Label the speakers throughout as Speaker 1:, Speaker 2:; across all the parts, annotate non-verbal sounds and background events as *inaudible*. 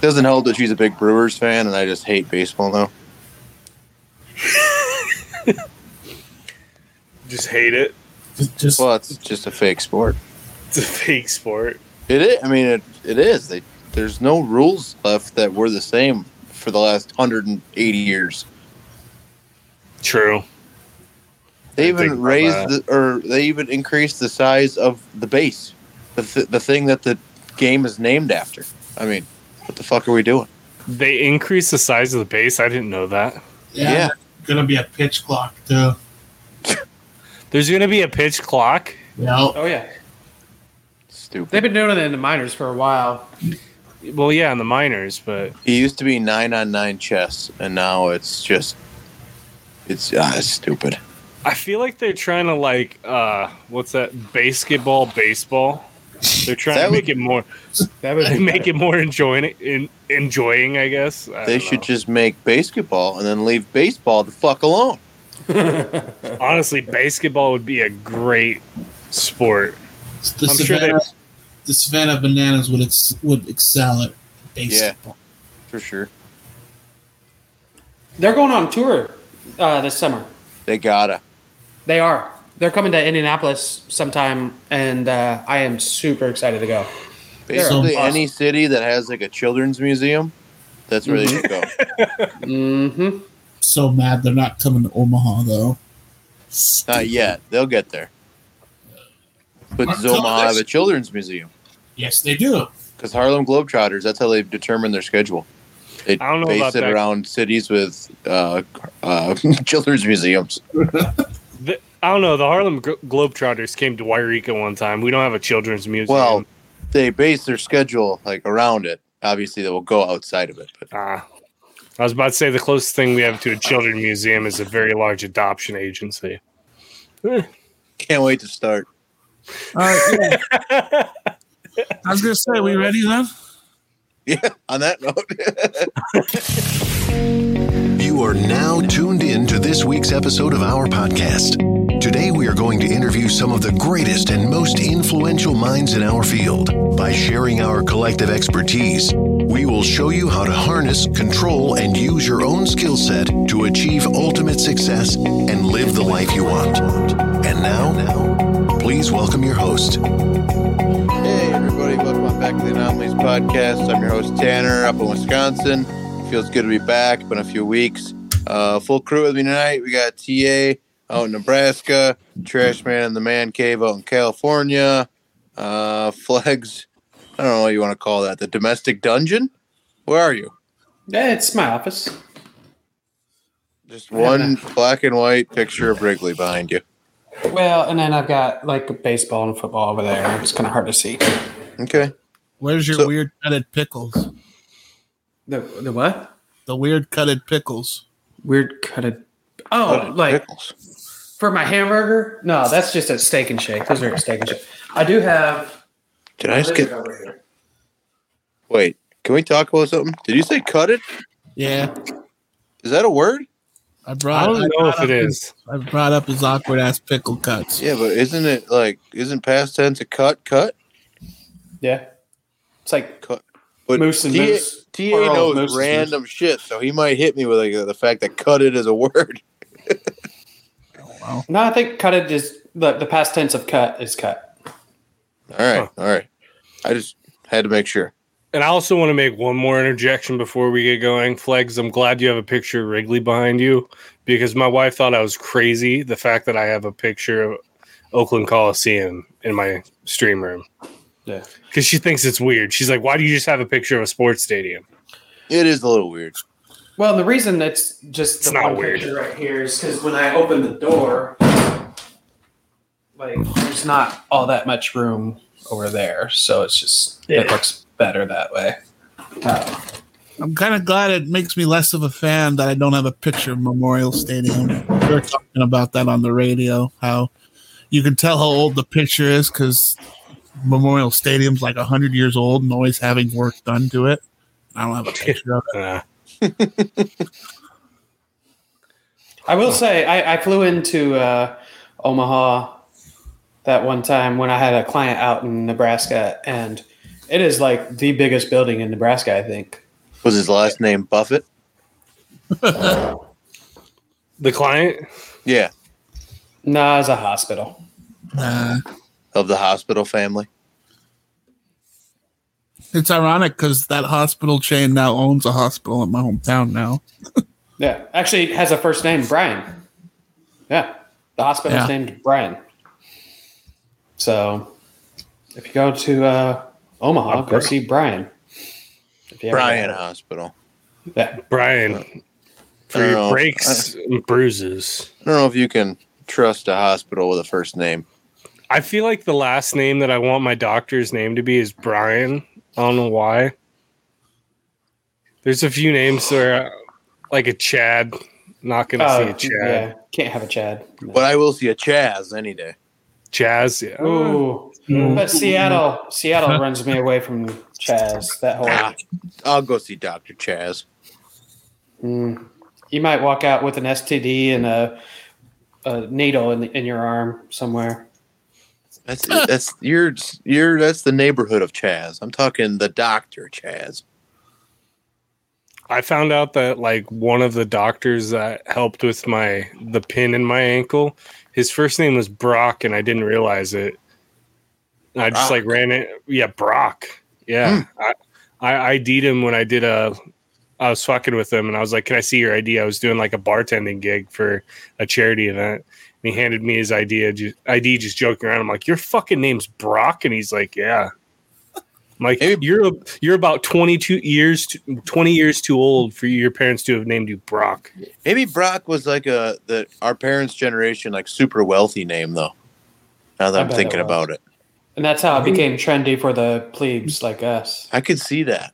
Speaker 1: Doesn't help that she's a big Brewers fan, and I just hate baseball now.
Speaker 2: Just hate it.
Speaker 3: Just, just
Speaker 1: Well, it's just a fake sport.
Speaker 2: It's a fake sport.
Speaker 1: It is. I mean, it, it is. They, there's no rules left that were the same for the last 180 years.
Speaker 2: True.
Speaker 1: They
Speaker 2: I think
Speaker 1: even
Speaker 2: about
Speaker 1: raised
Speaker 2: that.
Speaker 1: the, or they even increased the size of the base, the, th- the thing that the game is named after. I mean, what the fuck are we doing?
Speaker 2: They increased the size of the base. I didn't know that.
Speaker 3: yeah,
Speaker 1: yeah.
Speaker 3: Gonna be a pitch clock too.
Speaker 2: There's gonna be a pitch clock.
Speaker 3: Yeah.
Speaker 4: Oh yeah,
Speaker 1: Stupid.
Speaker 4: they've been doing it in the minors for a while.
Speaker 2: Well, yeah, in the minors, but
Speaker 1: It used to be nine on nine chess, and now it's just it's ah, it's stupid.
Speaker 2: I feel like they're trying to like uh what's that basketball baseball. They're trying
Speaker 1: That
Speaker 2: to make
Speaker 1: would-
Speaker 2: it more
Speaker 1: *laughs*
Speaker 4: That would *laughs* be
Speaker 2: make it more enjoying in, enjoying, I guess. I
Speaker 1: They
Speaker 2: don't
Speaker 1: should
Speaker 2: know.
Speaker 1: just make basketball and then leave baseball the fuck alone.
Speaker 2: honestly basketball would be a great sport.
Speaker 3: It's The
Speaker 2: I'm sure they-
Speaker 3: Savannah, the Savannah Bananas would ex- would excel at baseball.
Speaker 1: For sure,
Speaker 4: They're going on tour uh, this summer.
Speaker 1: they gotta.
Speaker 4: They are. They're coming to Indianapolis sometime, and uh, I am super excited to go.
Speaker 1: Basically,
Speaker 3: They're
Speaker 1: any city that has like a children's museum, that's where they should go.
Speaker 4: Mm-hmm.
Speaker 3: So mad they're not coming to Omaha though.
Speaker 1: Not yet. They'll get there. But
Speaker 3: Mark,
Speaker 1: does
Speaker 3: tell
Speaker 1: Omaha
Speaker 3: us.
Speaker 1: have a children's museum?
Speaker 3: Yes, they do.
Speaker 1: Because Harlem Globetrotters, that's how they determine their schedule. They
Speaker 2: I don't know
Speaker 1: base
Speaker 2: about
Speaker 1: it
Speaker 2: that.
Speaker 1: around cities with uh, uh, *laughs* children's museums.
Speaker 2: The, I don't know. The Harlem Glo- Globetrotters came to Wairika one time. We don't have a children's museum.
Speaker 1: Well, they base their schedule like around it. Obviously, they will go outside of it. But
Speaker 2: Ah. I was about to say the closest thing we have to a children's museum is a very large adoption agency.
Speaker 1: can't wait to start.
Speaker 3: All right. Uh,
Speaker 2: *laughs*
Speaker 3: Yeah. I was gonna say, we ready then?
Speaker 1: Yeah. On that *laughs* note,
Speaker 5: You are now tuned in to this week's episode of our podcast. Today, we are going to interview some of the greatest and most influential minds in our field. By sharing our collective expertise, we will show you how to harness, control, and use your own skill set to achieve ultimate success and live the life you want. And now, please welcome your host.
Speaker 1: hey everybody, welcome on back to the Anomalies podcast. I'm your host Tanner, up in Wisconsin. Feels good to be back. Been a few weeks. Uh, full crew with me tonight. We got TA out in Nebraska, Trash Man in the Man Cave out in California, uh, Flags. I don't know what you want to call that. The domestic dungeon. Where are you?
Speaker 4: It's my office.
Speaker 1: Just one black and white picture of Wrigley behind you.
Speaker 4: Well, and then I've got like baseball and football over there. It's kind of hard to see.
Speaker 1: Okay.
Speaker 3: Where's your
Speaker 1: So-
Speaker 3: weird cutted pickles?
Speaker 4: The the what?
Speaker 3: The weird cutted pickles.
Speaker 4: Weird cutted. Oh, like
Speaker 1: pickles.
Speaker 4: for my hamburger? No, that's just a steak and shake. Those are at steak and shake. I do have.
Speaker 1: Did I skip?
Speaker 4: over here.
Speaker 1: Wait, can we talk about something? Did you say cut it?
Speaker 3: Yeah,
Speaker 1: Is that a word?
Speaker 3: I
Speaker 2: I
Speaker 3: brought.
Speaker 2: don't know if it is.
Speaker 3: I brought up his awkward ass pickle cuts.
Speaker 1: Yeah, but isn't it like isn't past tense a cut cut?
Speaker 4: Yeah, it's like
Speaker 1: But
Speaker 4: Moose and
Speaker 1: TA,
Speaker 4: moose.
Speaker 1: TA
Speaker 4: Plural,
Speaker 1: knows
Speaker 4: moose and
Speaker 1: random shit, so he might hit me with like the fact that cut it is a *laughs* word.
Speaker 4: no. I think cut it is the the past tense of cut is cut.
Speaker 1: All right, all right. I just had to make sure.
Speaker 2: And I also want to make one more interjection before we get going. Flags, I'm glad you have a picture of Wrigley behind you because my wife thought I was crazy. The fact that I have a picture of Oakland Coliseum in my stream room
Speaker 4: Yeah.
Speaker 2: because she thinks it's weird. She's like, why do you just have a picture of a sports stadium?
Speaker 1: It is a little weird.
Speaker 4: Well, and the reason it's just
Speaker 2: It's
Speaker 4: the
Speaker 2: not
Speaker 4: one
Speaker 2: weird.
Speaker 4: picture right here is because when I open the door, like there's not all that much room over there, so it's just it
Speaker 2: Yeah.
Speaker 4: looks better that way.
Speaker 3: I'm kind of glad it makes me less of a fan that I don't have a picture of Memorial Stadium. We were talking about that on the radio, how you can tell how old the picture is because Memorial Stadium's like 100 years old and always having work done to it. I don't have a picture of it.
Speaker 2: Uh,
Speaker 4: I will say I, I flew into uh, Omaha that one time when I had a client out in Nebraska, and it is like the biggest building in Nebraska. I think
Speaker 1: Was his last name Buffett?
Speaker 2: The client?
Speaker 1: Yeah,
Speaker 4: Nah, it's a hospital.
Speaker 3: *laughs* Nah.
Speaker 1: of the hospital family.
Speaker 3: It's ironic because that hospital chain now owns a hospital in my hometown now.
Speaker 4: Yeah, actually, it has a first name, Brian. Yeah, the hospital's
Speaker 3: Yeah.
Speaker 4: named Brian. So, if you go to uh, Omaha, go see Brian. If you ever-
Speaker 1: Brian Hospital.
Speaker 4: Yeah.
Speaker 2: Brian. For
Speaker 1: I don't
Speaker 2: your
Speaker 1: know.
Speaker 2: breaks and bruises.
Speaker 1: I don't know if you can trust a hospital with a first name.
Speaker 2: I feel like the last name that I want my doctor's name to be is Brian. I don't know why. There's a few names where, like a Chad, not gonna
Speaker 4: Oh,
Speaker 2: see a
Speaker 4: yeah.
Speaker 2: Chad.
Speaker 4: Can't have a Chad. No.
Speaker 1: But I will see a Chaz any day.
Speaker 2: Chaz, yeah.
Speaker 4: Ooh. But Seattle,
Speaker 1: *laughs*
Speaker 4: Seattle runs me away from Chaz. That whole
Speaker 1: Ah, I'll go see Doctor Chaz.
Speaker 4: Mm. you might walk out with an STD and a, a needle in, in your arm somewhere.
Speaker 1: That's that's you're you're that's the neighborhood of Chaz. I'm talking the Doctor Chaz.
Speaker 2: I found out that like one of the doctors that helped with my the pin in my ankle, his first name was Brock, and I didn't realize it. And I just
Speaker 1: Brock. Hmm.
Speaker 2: like ran it. Yeah, Brock. Yeah, I, I ID'd him when I did a. I was fucking with him, and I was like, "Can I see your ID?" I was doing like a bartending gig for a charity event, and he handed me his ID. ju- ID just joking around. I'm like, "Your fucking name's Brock," and he's like, "Yeah." I'm like
Speaker 1: Maybe-
Speaker 2: you're you're about 22 years to, 20 years too old for your parents to have named you Brock.
Speaker 1: Maybe Brock was like a the our parents' generation like super wealthy name though. Now that
Speaker 4: I
Speaker 1: I'm
Speaker 4: bet it
Speaker 1: thinking
Speaker 4: was.
Speaker 1: about it,
Speaker 4: And that's how it became trendy for the plebes like us.
Speaker 1: I could see that.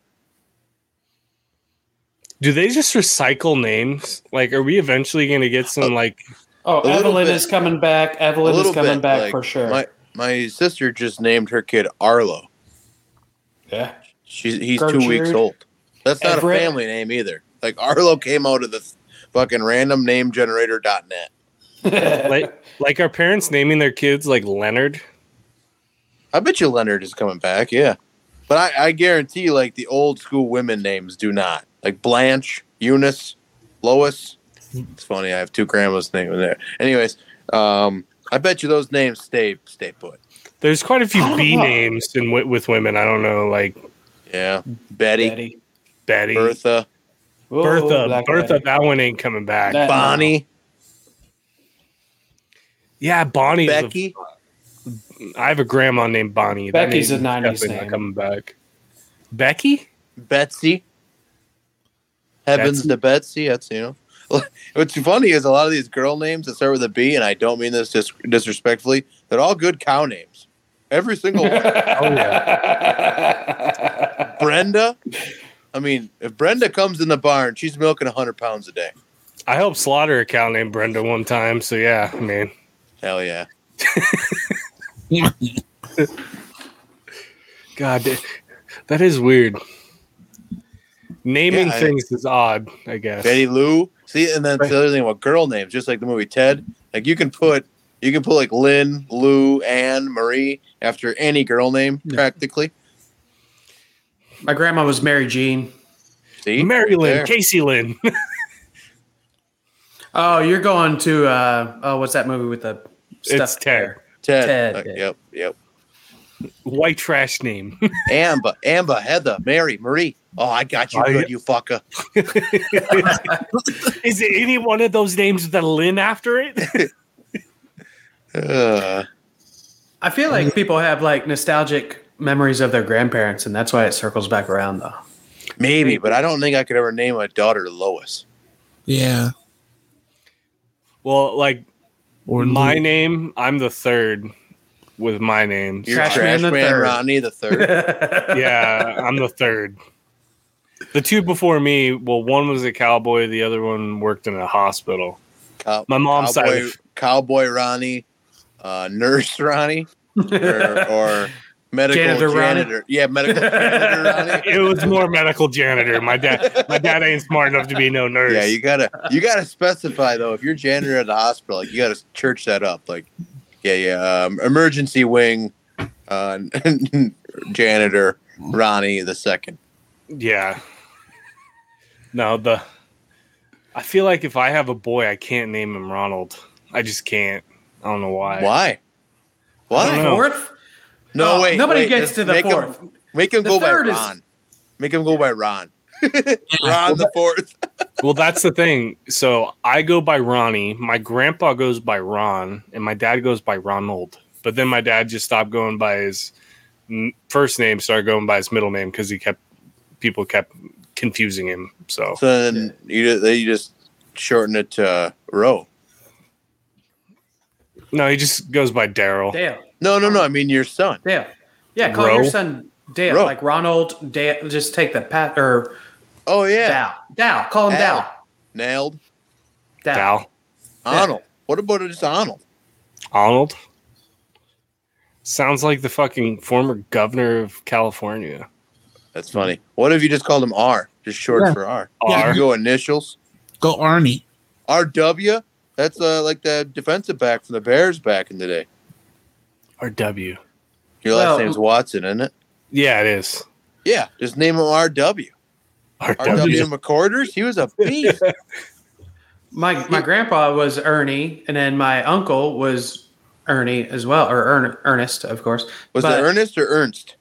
Speaker 2: Do they just recycle names? Like are we eventually going to get some
Speaker 4: *laughs*
Speaker 2: like
Speaker 4: Oh,
Speaker 1: little
Speaker 4: Evelyn
Speaker 1: bit.
Speaker 4: is coming back.
Speaker 1: A
Speaker 4: Evelyn is
Speaker 1: little
Speaker 4: coming
Speaker 1: bit,
Speaker 4: back
Speaker 1: like,
Speaker 4: for sure.
Speaker 1: My my sister just named her kid Arlo.
Speaker 2: *laughs*
Speaker 4: yeah.
Speaker 1: She's he's two
Speaker 4: Gertrude.
Speaker 1: weeks old. That's not
Speaker 4: Everett.
Speaker 1: a family name either. Like Arlo came out of the fucking random name generator.net.
Speaker 4: *laughs*
Speaker 2: like like our parents naming their kids like Leonard?
Speaker 1: I bet you Leonard is coming back, yeah. But I, I guarantee, like the old school women names do not. Like Blanche, Eunice, Lois. It's funny. I have two grandmas' names in there. Anyways, um, I bet you those names stay stay put.
Speaker 2: There's quite a
Speaker 4: I
Speaker 2: few
Speaker 4: don't
Speaker 2: B
Speaker 4: know.
Speaker 2: names in wi- with women. I don't know like
Speaker 1: Yeah, Betty,
Speaker 4: Betty.
Speaker 2: Betty,
Speaker 1: Bertha,
Speaker 2: Bertha,
Speaker 4: Whoa,
Speaker 2: Bertha,
Speaker 4: Oh, Black Betty.
Speaker 2: that one ain't coming back.
Speaker 4: That-
Speaker 1: Bonnie,
Speaker 2: yeah, Bonnie. is a-
Speaker 1: Becky.
Speaker 2: I have a grandma named Bonnie. That
Speaker 4: Becky's
Speaker 2: name's
Speaker 4: a 90s
Speaker 2: definitely not
Speaker 4: name.
Speaker 2: coming back.
Speaker 4: *laughs*
Speaker 2: Becky?
Speaker 1: Betsy. Heavens
Speaker 2: Betsy?
Speaker 1: to Betsy. That's you know. *laughs* What's funny is a lot of these girl names that start with a B, and I don't mean this dis- disrespectfully. They're all good cow names. Every
Speaker 2: *laughs*
Speaker 1: single one.
Speaker 2: Oh,
Speaker 1: Brenda. I mean, if Brenda comes in the barn, she's milking 100 pounds a day.
Speaker 2: I helped slaughter a cow named Brenda one time, so yeah, I mean,
Speaker 1: Hell yeah.
Speaker 2: God, that- that is weird. Naming
Speaker 1: Yeah, I-
Speaker 2: things is odd, I guess.
Speaker 1: Betty Lou. See, and then the other thing about girl names, just like the movie Ted, like you can put, you can put like Lynn, Lou, Anne, Marie after any girl name practically.
Speaker 4: My grandma was Mary Jean.
Speaker 1: See?
Speaker 2: Mary Lynn,
Speaker 1: There.
Speaker 2: Casey Lynn. *laughs*
Speaker 4: Oh, you're going to uh oh, what's that movie with the
Speaker 2: it's
Speaker 4: stuff
Speaker 2: Ted.
Speaker 1: Ted.
Speaker 4: Ted.
Speaker 1: Like, yep. Yep.
Speaker 2: White trash name. *laughs*
Speaker 1: Amber, Amber, Heather, Mary, Marie. Oh, I got you
Speaker 2: I-
Speaker 1: good, you fucker.
Speaker 2: is it any one of those names with a Lynn after it? *laughs*
Speaker 1: Uh,
Speaker 4: I feel like people have like nostalgic memories of their grandparents, and that's why it circles back around though. *laughs*
Speaker 1: maybe, but I don't think I could ever name my daughter Lois.
Speaker 3: Yeah.
Speaker 2: well, like
Speaker 3: Or
Speaker 2: my
Speaker 3: Lou.
Speaker 2: name, I'm the third with my name.
Speaker 1: You're
Speaker 4: Trash
Speaker 1: trash,
Speaker 4: Man the
Speaker 1: man,
Speaker 4: Third.
Speaker 1: Ronnie the third. *laughs*
Speaker 4: *laughs*
Speaker 2: yeah, I'm the third. The two before me, well, one was a cowboy, the other one worked in a hospital.
Speaker 1: Cow-
Speaker 2: My mom's side
Speaker 1: cowboy,
Speaker 2: of-
Speaker 1: cowboy Ronnie, uh, nurse Ronnie, or,
Speaker 4: *laughs*
Speaker 1: or medical
Speaker 4: Janitor Ronnie?
Speaker 1: janitor. Yeah, medical
Speaker 4: *laughs*
Speaker 1: janitor Ronnie.
Speaker 2: *laughs* It was more medical janitor. My dad, my dad ain't smart enough to be no nurse.
Speaker 1: *laughs* Yeah, you gotta you gotta specify though. If you're janitor at the hospital, like you gotta church that up. Like, yeah, yeah, um, emergency wing, uh, *laughs* janitor Ronnie the second.
Speaker 2: yeah. No, the I feel like if I have a boy, I can't name him Ronald. I just can't. I don't know why.
Speaker 1: Why?
Speaker 2: I don't
Speaker 1: Why?
Speaker 2: know.
Speaker 4: Fourth? Oh,
Speaker 1: No, wait.
Speaker 4: Nobody
Speaker 1: wait,
Speaker 4: gets
Speaker 1: just
Speaker 4: to the
Speaker 1: make him-
Speaker 4: fourth.
Speaker 1: Make him
Speaker 4: The
Speaker 1: go by
Speaker 4: third is-
Speaker 1: Ron. Make him go by Ron. *laughs* Ron the fourth.
Speaker 2: Well, that's the thing. So I go by Ronnie. My grandpa goes by Ron, and my dad goes by Ronald. But then my dad just stopped going by his n- first name, started going by his middle name because he kept people kept confusing him. So
Speaker 1: So then you ju- they just shorten it to uh, Roe.
Speaker 2: no, he just goes by Daryl.
Speaker 4: Dale.
Speaker 1: No, no, no. I mean your son.
Speaker 4: Dale. Yeah, call
Speaker 2: Roe?
Speaker 4: your son Dale.
Speaker 1: Roe.
Speaker 4: Like Ronald Dale. Just take the pat or
Speaker 1: Oh yeah,
Speaker 4: Dow. Dow. Call him
Speaker 1: Dow.
Speaker 4: Dow.
Speaker 1: nailed
Speaker 4: Dow.
Speaker 2: Dal
Speaker 1: Arnold. What about just Arnold?
Speaker 2: Arnold. Sounds like the fucking former governor of California.
Speaker 1: That's funny.
Speaker 4: Mm-hmm.
Speaker 1: What if you just called him R? Just short
Speaker 3: Yeah.
Speaker 1: for R.
Speaker 2: Yeah.
Speaker 1: You go initials.
Speaker 3: Go Arnie.
Speaker 1: RW. That's uh, like the defensive back from the Bears back in the day.
Speaker 2: Or W.
Speaker 1: Your last
Speaker 4: Well-
Speaker 1: name's Watson, isn't it?
Speaker 2: Yeah, it is.
Speaker 1: Yeah, just name him RW.
Speaker 2: Or
Speaker 1: RW McCorders. He was a beast.
Speaker 4: My my grandpa was Ernie, and then my uncle was Ernie as well, or Ern, Ernest, of course.
Speaker 1: Was
Speaker 4: But-
Speaker 1: it Ernest or Ernst?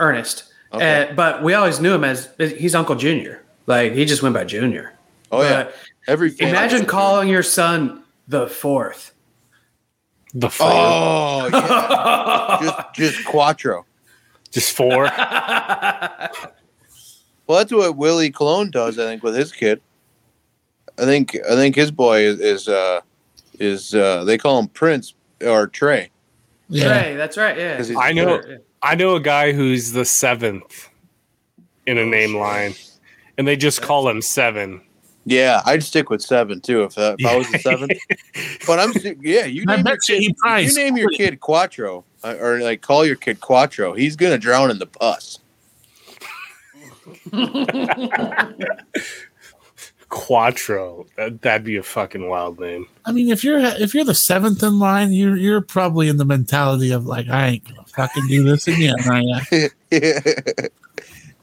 Speaker 4: Ernest.
Speaker 1: Okay.
Speaker 4: Uh, but we always knew him as he's Uncle Junior. Like he just went by Junior.
Speaker 1: Oh yeah.
Speaker 4: But
Speaker 1: Every family-
Speaker 4: imagine calling your son the fourth.
Speaker 2: The four.
Speaker 1: Oh,
Speaker 4: *laughs*
Speaker 1: yeah. just just Quattro.
Speaker 2: Just four.
Speaker 1: Well, that's what Willie Colon does, I think, with his kid. I think I think his boy is is, uh, is uh, they call him Prince or Trey.
Speaker 3: Yeah.
Speaker 4: Right, that's right. Yeah.
Speaker 1: 'Cause he's
Speaker 2: I know.
Speaker 4: Yeah.
Speaker 2: I know a guy who's the seventh in a name line, and they just call him seven.
Speaker 1: Yeah, I'd stick with seven too if, that, if I was the seventh. but I'm sti- yeah, you
Speaker 3: I
Speaker 1: name, your
Speaker 3: bet you
Speaker 1: kid,
Speaker 3: he probably
Speaker 1: you name your kid Quattro uh, or like call your kid Quattro, he's gonna drown in the pus. *laughs*
Speaker 2: Quattro. That, that'd be a fucking wild name.
Speaker 3: I mean, if you're if you're the seventh in line, you're you're probably in the mentality of like, I ain't gonna fucking do this again. I, uh,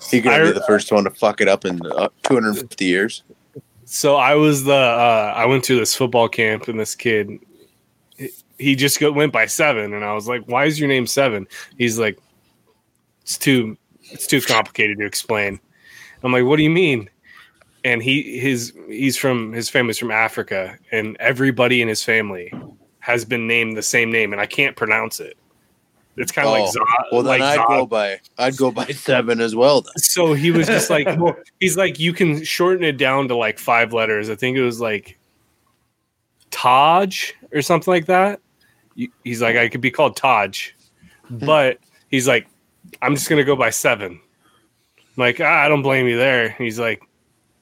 Speaker 1: He's gonna be
Speaker 2: I-
Speaker 1: the first one to fuck it up in uh, 250 years.
Speaker 2: So I was the uh, I went to this football camp, and this kid he- he just go, went by seven, and I was like, "Why is your name seven? He's like, "It's too it's too complicated to explain." I'm like, "What do you mean?" And he his he's from his family's from Africa, and everybody in his family has been named the same name, and I can't pronounce it. It's kind of
Speaker 1: Oh,
Speaker 2: like Zod.
Speaker 1: Well, then I'd
Speaker 2: like Zod
Speaker 1: go by I'd go by seven as well. Then
Speaker 2: so he was just like well, he's like you can shorten it down to like five letters i think it was like taj or something like that You- he's like i could be called taj but he's like i'm just gonna go by 7 I'm like ah, i don't blame you there he's like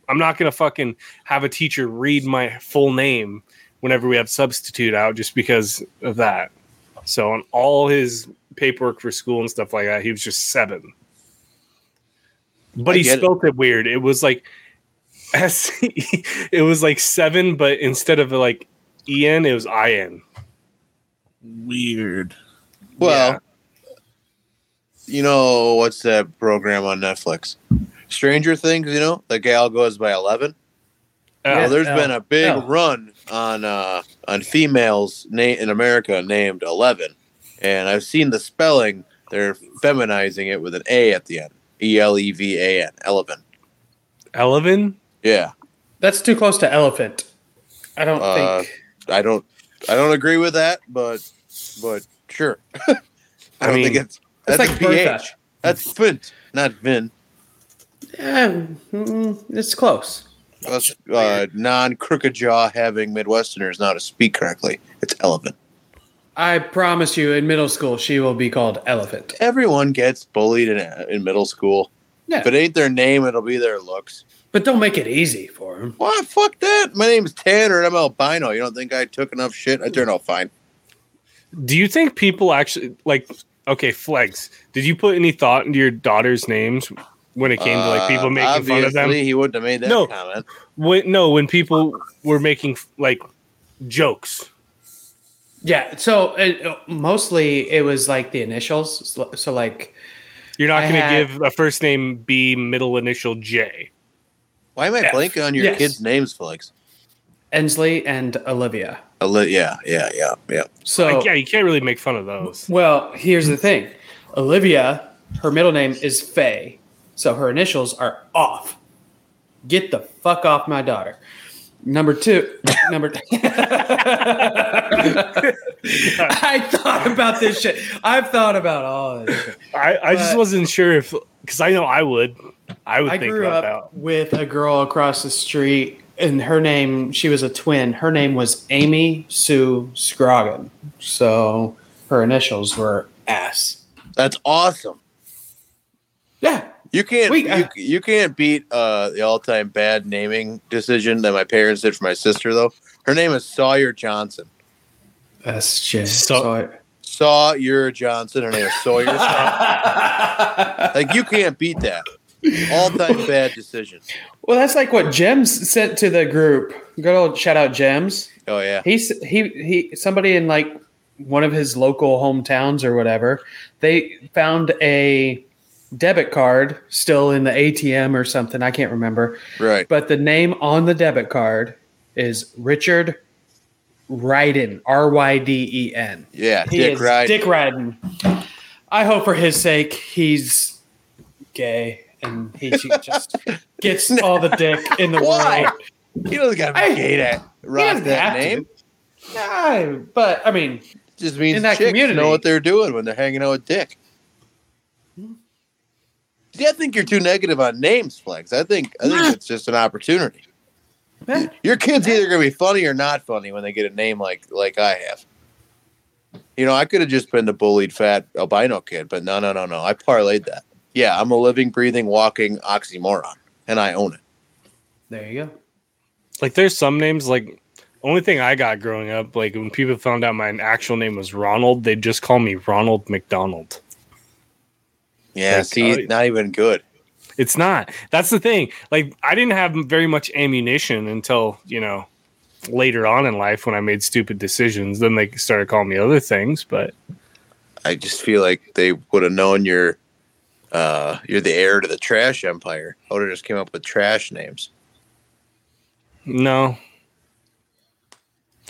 Speaker 2: i'm not gonna fucking have a teacher read my full name whenever we have substitute out just because of that so on all his paperwork for school and stuff like that he was just seven but
Speaker 1: I
Speaker 2: he
Speaker 1: get it.
Speaker 2: spelt it. weird. It was like S E *laughs* it was like seven, but instead of like E N, it was I N.
Speaker 3: weird.
Speaker 1: Well,
Speaker 2: Yeah.
Speaker 1: you know what's that program on Netflix? Stranger Things. You know the gal goes by Eleven.
Speaker 2: Uh,
Speaker 1: well, there's
Speaker 4: L,
Speaker 1: been a big
Speaker 4: L.
Speaker 1: run on uh, on females na- in America named Eleven, and I've seen the spelling. They're feminizing it with an A at the end. E L E V A N. Eleven.
Speaker 2: Eleven?
Speaker 1: Yeah,
Speaker 4: That's too close to elephant. I don't
Speaker 1: Uh,
Speaker 4: think.
Speaker 1: I don't, I don't agree with that, but, but sure. *laughs* I don't
Speaker 2: I mean,
Speaker 1: think it's
Speaker 4: It's
Speaker 1: that's
Speaker 4: like
Speaker 1: a PH.
Speaker 4: Bertha.
Speaker 1: That's Vint, not Vin.
Speaker 4: Yeah, mm, it's close.
Speaker 1: Us uh, non crooked jaw having Midwesterners know how to speak correctly. It's elephant.
Speaker 4: I promise you, in middle school, she will be called elephant.
Speaker 1: Everyone gets bullied in, in middle school.
Speaker 4: Yeah,
Speaker 1: If it
Speaker 4: but,
Speaker 1: ain't their name, it'll be their looks.
Speaker 4: don't make it easy for him.
Speaker 1: Why fuck that? My name's Tanner and I'm albino. You don't think I took enough shit? I turned out fine.
Speaker 2: Do you think people actually like okay, Flex, did you put any thought into your daughter's names when it came to like people
Speaker 1: Uh,
Speaker 2: making fun of them?
Speaker 1: obviously, He wouldn't have made that
Speaker 2: No.
Speaker 1: comment.
Speaker 2: When, no, when people were making like jokes.
Speaker 4: Yeah. So uh, mostly it was like the initials. So, so like
Speaker 2: You're not
Speaker 4: I
Speaker 2: going to
Speaker 4: had-
Speaker 2: give a first name B, middle initial J.
Speaker 1: Why am I
Speaker 2: F.
Speaker 1: blanking on your
Speaker 4: Yes.
Speaker 1: kids' names, Flex?
Speaker 4: Ensley and Olivia.
Speaker 1: A li- yeah, yeah, yeah, yeah.
Speaker 4: So
Speaker 2: Like, yeah, you can't really make fun of those.
Speaker 4: Well, here's the thing. Olivia, her middle name is Faye, so her initials are off. Get the fuck off my daughter. Number two, *laughs* number. I thought about this shit. I've thought about all of this. Shit.
Speaker 2: I, I just
Speaker 4: But-
Speaker 2: wasn't sure if because I know I would. I would
Speaker 4: I
Speaker 2: think
Speaker 4: grew
Speaker 2: about
Speaker 4: up with a girl across the street, and her name, she was a twin. Her name was Amy Sue Scroggin. So her initials were S.
Speaker 1: That's awesome.
Speaker 4: Yeah,
Speaker 1: You can't
Speaker 4: Wait,
Speaker 1: you,
Speaker 4: uh,
Speaker 1: you can't beat uh, the all time bad naming decision that my parents did for my sister though. Her name is Sawyer Johnson.
Speaker 4: That's shit.
Speaker 2: So-
Speaker 1: Sawyer Johnson. Her name is Sawyer. *laughs* like you can't beat that. All time bad decision.
Speaker 4: well, that's like what Gems sent to the group. Good old shout out Gems.
Speaker 1: Oh yeah.
Speaker 4: He s- he he. Somebody in like one of his local hometowns or whatever, they found a debit card still in the ATM or something. I can't remember,
Speaker 1: Right.
Speaker 4: but the name on the debit card is Richard Ryden. R Y D E N.
Speaker 1: Yeah.
Speaker 4: He
Speaker 1: Dick
Speaker 4: is
Speaker 1: Ride.
Speaker 4: Dick Ryden. I hope for his sake he's gay and he
Speaker 1: *laughs*
Speaker 4: just gets all the dick in the
Speaker 1: Why?
Speaker 4: world.
Speaker 1: He doesn't got
Speaker 4: I-
Speaker 1: to hate that.
Speaker 4: He
Speaker 1: Rock
Speaker 4: doesn't
Speaker 1: that
Speaker 4: have to.
Speaker 1: name.
Speaker 4: Nah, but I mean,
Speaker 1: Just means
Speaker 4: in that
Speaker 1: chicks
Speaker 4: community. Hmm.
Speaker 1: know what they're doing when they're hanging out with Dick. See, I think you're too negative on names, Flex. I think I think it's just an opportunity.
Speaker 4: Yeah.
Speaker 1: Your kid's either gonna be funny or not funny when they get a name like like I have. You know, I could have just been the bullied fat albino kid, but no, no, no, no. I parlayed that. Yeah, I'm a living, breathing, walking oxymoron, and I own it.
Speaker 4: there you go.
Speaker 2: Like there's some names like only thing I got growing up, like when people found out my actual name was Ronald, they'd just call me Ronald McDonald.
Speaker 1: Yeah,
Speaker 2: Like,
Speaker 1: see,
Speaker 2: uh,
Speaker 1: not even good.
Speaker 2: It's not. That's the thing. Like I didn't have very much ammunition until, you know, later on in life when I made stupid decisions. Then they started calling me other things, but
Speaker 1: I just feel like they would have known you're uh, you're the heir to the trash empire. I would have just came up with trash names.
Speaker 2: no.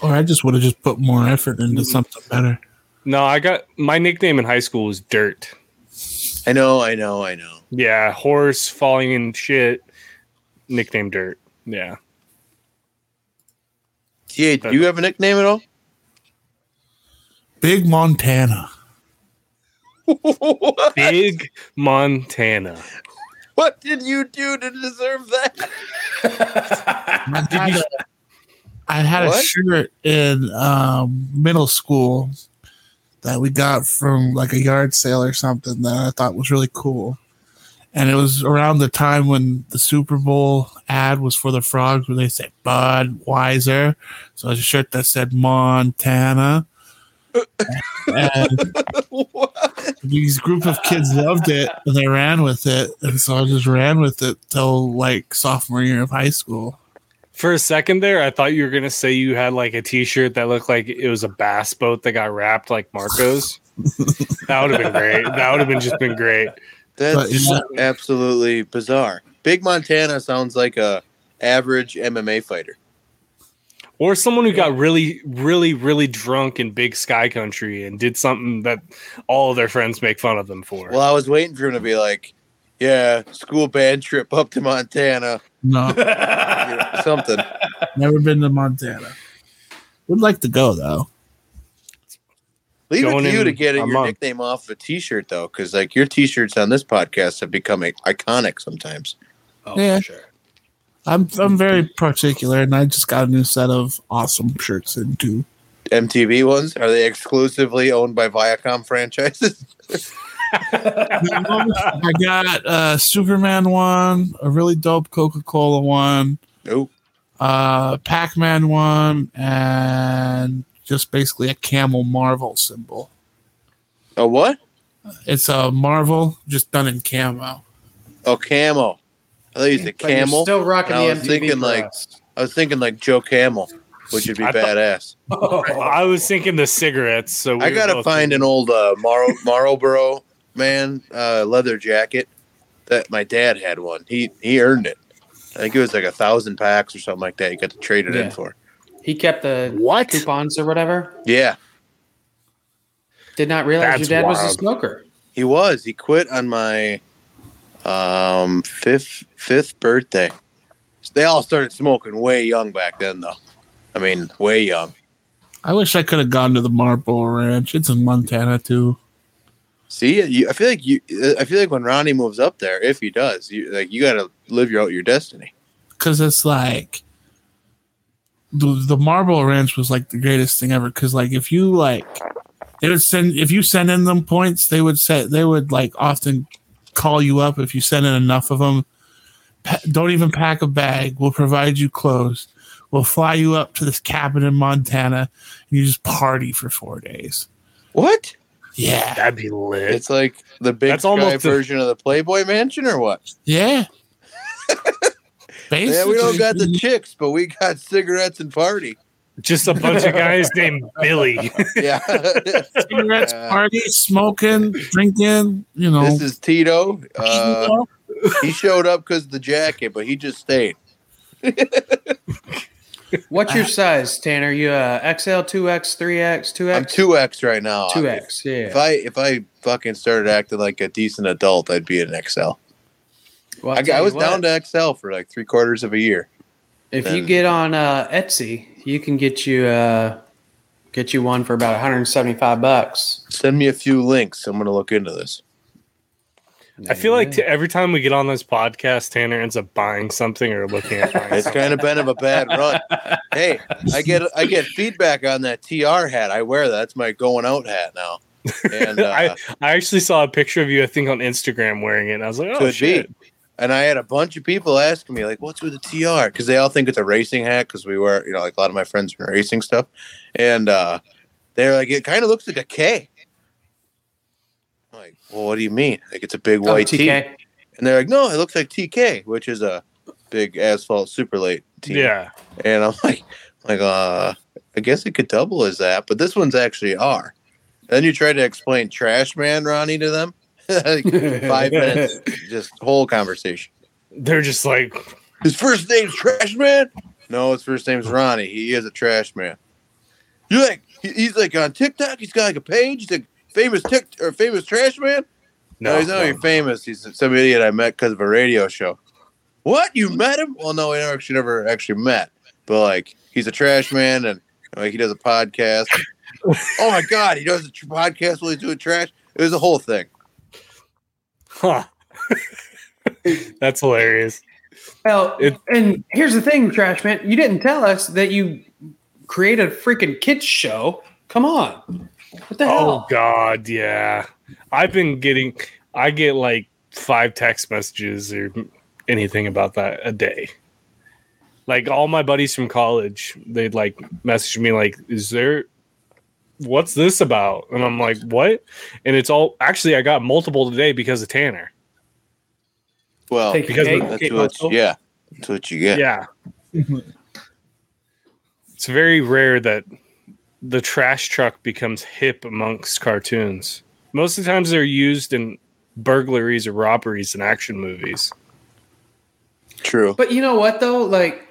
Speaker 3: Or I just would have just put more effort into something better.
Speaker 2: No, I got my nickname in high school was Dirt.
Speaker 1: I know, I know, I know.
Speaker 2: Yeah, horse falling in shit. Nickname Dirt. Yeah.
Speaker 1: TA, do you have a nickname at all? *laughs*
Speaker 3: Big Montana.
Speaker 2: Big Montana.
Speaker 1: What did you do to deserve that?
Speaker 3: I had a- I had a
Speaker 1: What?
Speaker 3: shirt in um, middle school that we got from like a yard sale or something that I thought was really cool. And it was around the time when the Super Bowl ad was for the frogs where they said Bud Weiser. So it was a shirt that said Montana. *laughs* and these group of kids loved it and they ran with it. And so I just ran with it till like sophomore year of high school.
Speaker 2: For a second there, I thought you were gonna say you had like a T-shirt that looked like it was a bass boat that got wrapped like Marco's. that would have been great. That would have been just been great.
Speaker 1: That's
Speaker 3: But-
Speaker 1: absolutely bizarre. Big Montana sounds like a average MMA fighter.
Speaker 2: Or someone who got really, really, really drunk in Big Sky Country and did something that all of their friends make fun of them for.
Speaker 1: Well, I was waiting for him to be like, "Yeah, school band trip up to Montana,
Speaker 3: No.
Speaker 1: you know, *laughs* something."
Speaker 3: Never been to Montana. Would like to go though.
Speaker 1: Leave it
Speaker 2: going
Speaker 1: to you
Speaker 2: in
Speaker 1: to get
Speaker 2: a
Speaker 1: your
Speaker 2: month.
Speaker 1: nickname off a T-shirt though, because like your T-shirts on this podcast have become i- iconic sometimes.
Speaker 4: Oh,
Speaker 3: Yeah.
Speaker 4: sure.
Speaker 3: I'm I'm very particular, and I just got a new set of awesome shirts in too.
Speaker 1: MTV ones are they exclusively owned by Viacom franchises? *laughs*
Speaker 3: I got a Superman one, a really dope Coca Cola one,
Speaker 1: nope.
Speaker 3: uh Pac Man one, and just basically a camel Marvel symbol.
Speaker 1: Oh what?
Speaker 3: It's a Marvel just done in camo.
Speaker 1: Oh camel. I thought you said
Speaker 4: But you're
Speaker 1: camel.
Speaker 4: still rocking
Speaker 1: I
Speaker 4: the
Speaker 1: was
Speaker 4: MTV
Speaker 1: thinking,
Speaker 4: for
Speaker 1: like-
Speaker 4: us.
Speaker 1: I was thinking like Joe Camel, which would be
Speaker 2: I thought-
Speaker 1: badass.
Speaker 2: *laughs* I was thinking the cigarettes. So we
Speaker 1: I
Speaker 2: were
Speaker 1: gotta
Speaker 2: both-
Speaker 1: find an old uh, Marl- Marlboro man uh, leather jacket that my dad had one. He he earned it. I think it was like a thousand packs or something like that. You got to trade it
Speaker 4: Yeah.
Speaker 1: in for.
Speaker 4: He kept the
Speaker 6: What?
Speaker 4: coupons or whatever.
Speaker 1: Yeah,
Speaker 4: Did not realize
Speaker 2: That's
Speaker 4: your dad was a
Speaker 2: wild.
Speaker 4: smoker.
Speaker 1: he was. He quit on my um fifth fifth birthday. They all started smoking way young back then, though. I mean, way young.
Speaker 3: I wish I could have gone to the Marble Ranch. It's in Montana too.
Speaker 1: See, you, I feel like you. I feel like when Ronnie moves up there, if he does, you like you got to live your out your destiny.
Speaker 3: because it's like the, the marble ranch was like the greatest thing ever because like if you like they would send if you send in them points they would set they would like often call you up if you send in enough of them pa- don't even pack a bag we'll provide you clothes we'll fly you up to this cabin in montana and you just party for four days
Speaker 1: What?
Speaker 3: yeah
Speaker 2: That'd be lit.
Speaker 1: It's like the big
Speaker 2: That's
Speaker 1: sky
Speaker 2: almost the-
Speaker 1: version of the Playboy Mansion, or what?
Speaker 3: yeah
Speaker 1: *laughs* Yeah, we don't
Speaker 2: *laughs*
Speaker 1: got the
Speaker 3: Basically.
Speaker 1: chicks, but we got cigarettes and party.
Speaker 2: Just a bunch of guys named
Speaker 1: *laughs*
Speaker 2: Billy.
Speaker 1: Yeah,
Speaker 3: *laughs*
Speaker 1: *laughs*
Speaker 3: cigarettes,
Speaker 1: Yeah.
Speaker 3: party, smoking, drinking, you know.
Speaker 1: this is Tito. Uh, he showed up because the jacket, but he just stayed.
Speaker 4: What's
Speaker 1: Uh,
Speaker 4: your size, Tanner? You uh, XL, two X, three X, two
Speaker 1: I'm
Speaker 4: X,
Speaker 1: two X right now.
Speaker 4: two X.
Speaker 1: If
Speaker 4: Yeah.
Speaker 1: I if I fucking started acting like a decent adult, I'd be an XL.
Speaker 4: Well, I'll
Speaker 1: I,
Speaker 4: tell
Speaker 1: I
Speaker 4: you
Speaker 1: was down
Speaker 4: what,
Speaker 1: to XL for like three quarters of a year.
Speaker 4: If you
Speaker 1: then-
Speaker 4: get on uh, Etsy, you can get you uh, get you one for about 175 bucks.
Speaker 1: Send me a few links. I'm gonna look into this.
Speaker 2: I feel like t- every time we get on this podcast, Tanner ends up buying something or looking at buying
Speaker 1: It's
Speaker 2: something.
Speaker 1: kind of been of a bad
Speaker 4: *laughs*
Speaker 1: run. Hey, I get I get feedback on that TR hat. I wear that. That's my going out hat now.
Speaker 4: *laughs*
Speaker 1: And uh,
Speaker 2: *laughs* I, I actually saw a picture of you, I think, on Instagram wearing it. And I was like, oh,
Speaker 1: could
Speaker 2: shit.
Speaker 1: be. And I had a bunch of people asking me like, "What's with the TR?" Because they all think it's a racing hat. Because we were, you know, like a lot of my friends were racing stuff, and uh, they're like, "It kind of looks like a K." I'm like, well, what do you mean? Like it's a big
Speaker 4: Oh,
Speaker 1: white T.
Speaker 4: TK.
Speaker 1: And they're like, "No, it looks like TK, which is a big asphalt super late team."
Speaker 2: Yeah.
Speaker 1: And I'm *laughs* like, like, uh, I guess it could double as that, but this one's actually R. Then you try to explain Trash Man Ronnie to them. *laughs* like five minutes, just whole conversation.
Speaker 2: They're just like,
Speaker 1: His first name's Trash Man. No, his first name's Ronnie. He is a trash man. You like? he- He's like on TikTok. He's got like a page. He's like famous tick or famous trash man. No,
Speaker 2: no.
Speaker 1: he's not
Speaker 2: no.
Speaker 1: even famous. He's some idiot I met because of a radio show. What? You
Speaker 2: Hmm?
Speaker 1: met him? Well, no, we never actually never actually met. But like, he's a trash man, and like he does a
Speaker 2: *laughs*
Speaker 1: podcast. oh my god, he does a tr- podcast while he's doing trash. It was a whole thing.
Speaker 2: Huh. *laughs* That's hilarious.
Speaker 4: Well,
Speaker 2: It-
Speaker 4: and here's the thing, Trash Man. You didn't tell us that you created a freaking kids show. Come on. What the
Speaker 2: Oh
Speaker 4: hell?
Speaker 2: God, yeah. I've been getting. I get like five text messages or anything about that a day. Like all my buddies from college, they'd like message me like, "Is there? What's this about?" And I'm like, "What?" And it's all actually I got multiple today because of Tanner.
Speaker 1: Well,
Speaker 4: Take
Speaker 2: because Oh,
Speaker 4: cake,
Speaker 1: that's
Speaker 4: get
Speaker 1: what,
Speaker 4: Michael.
Speaker 1: yeah, that's what you
Speaker 2: Yeah.
Speaker 1: get.
Speaker 2: it's very rare that the trash truck becomes hip amongst cartoons. Most of the times they're used in burglaries or robberies in action movies.
Speaker 1: True.
Speaker 4: But you know what though? Like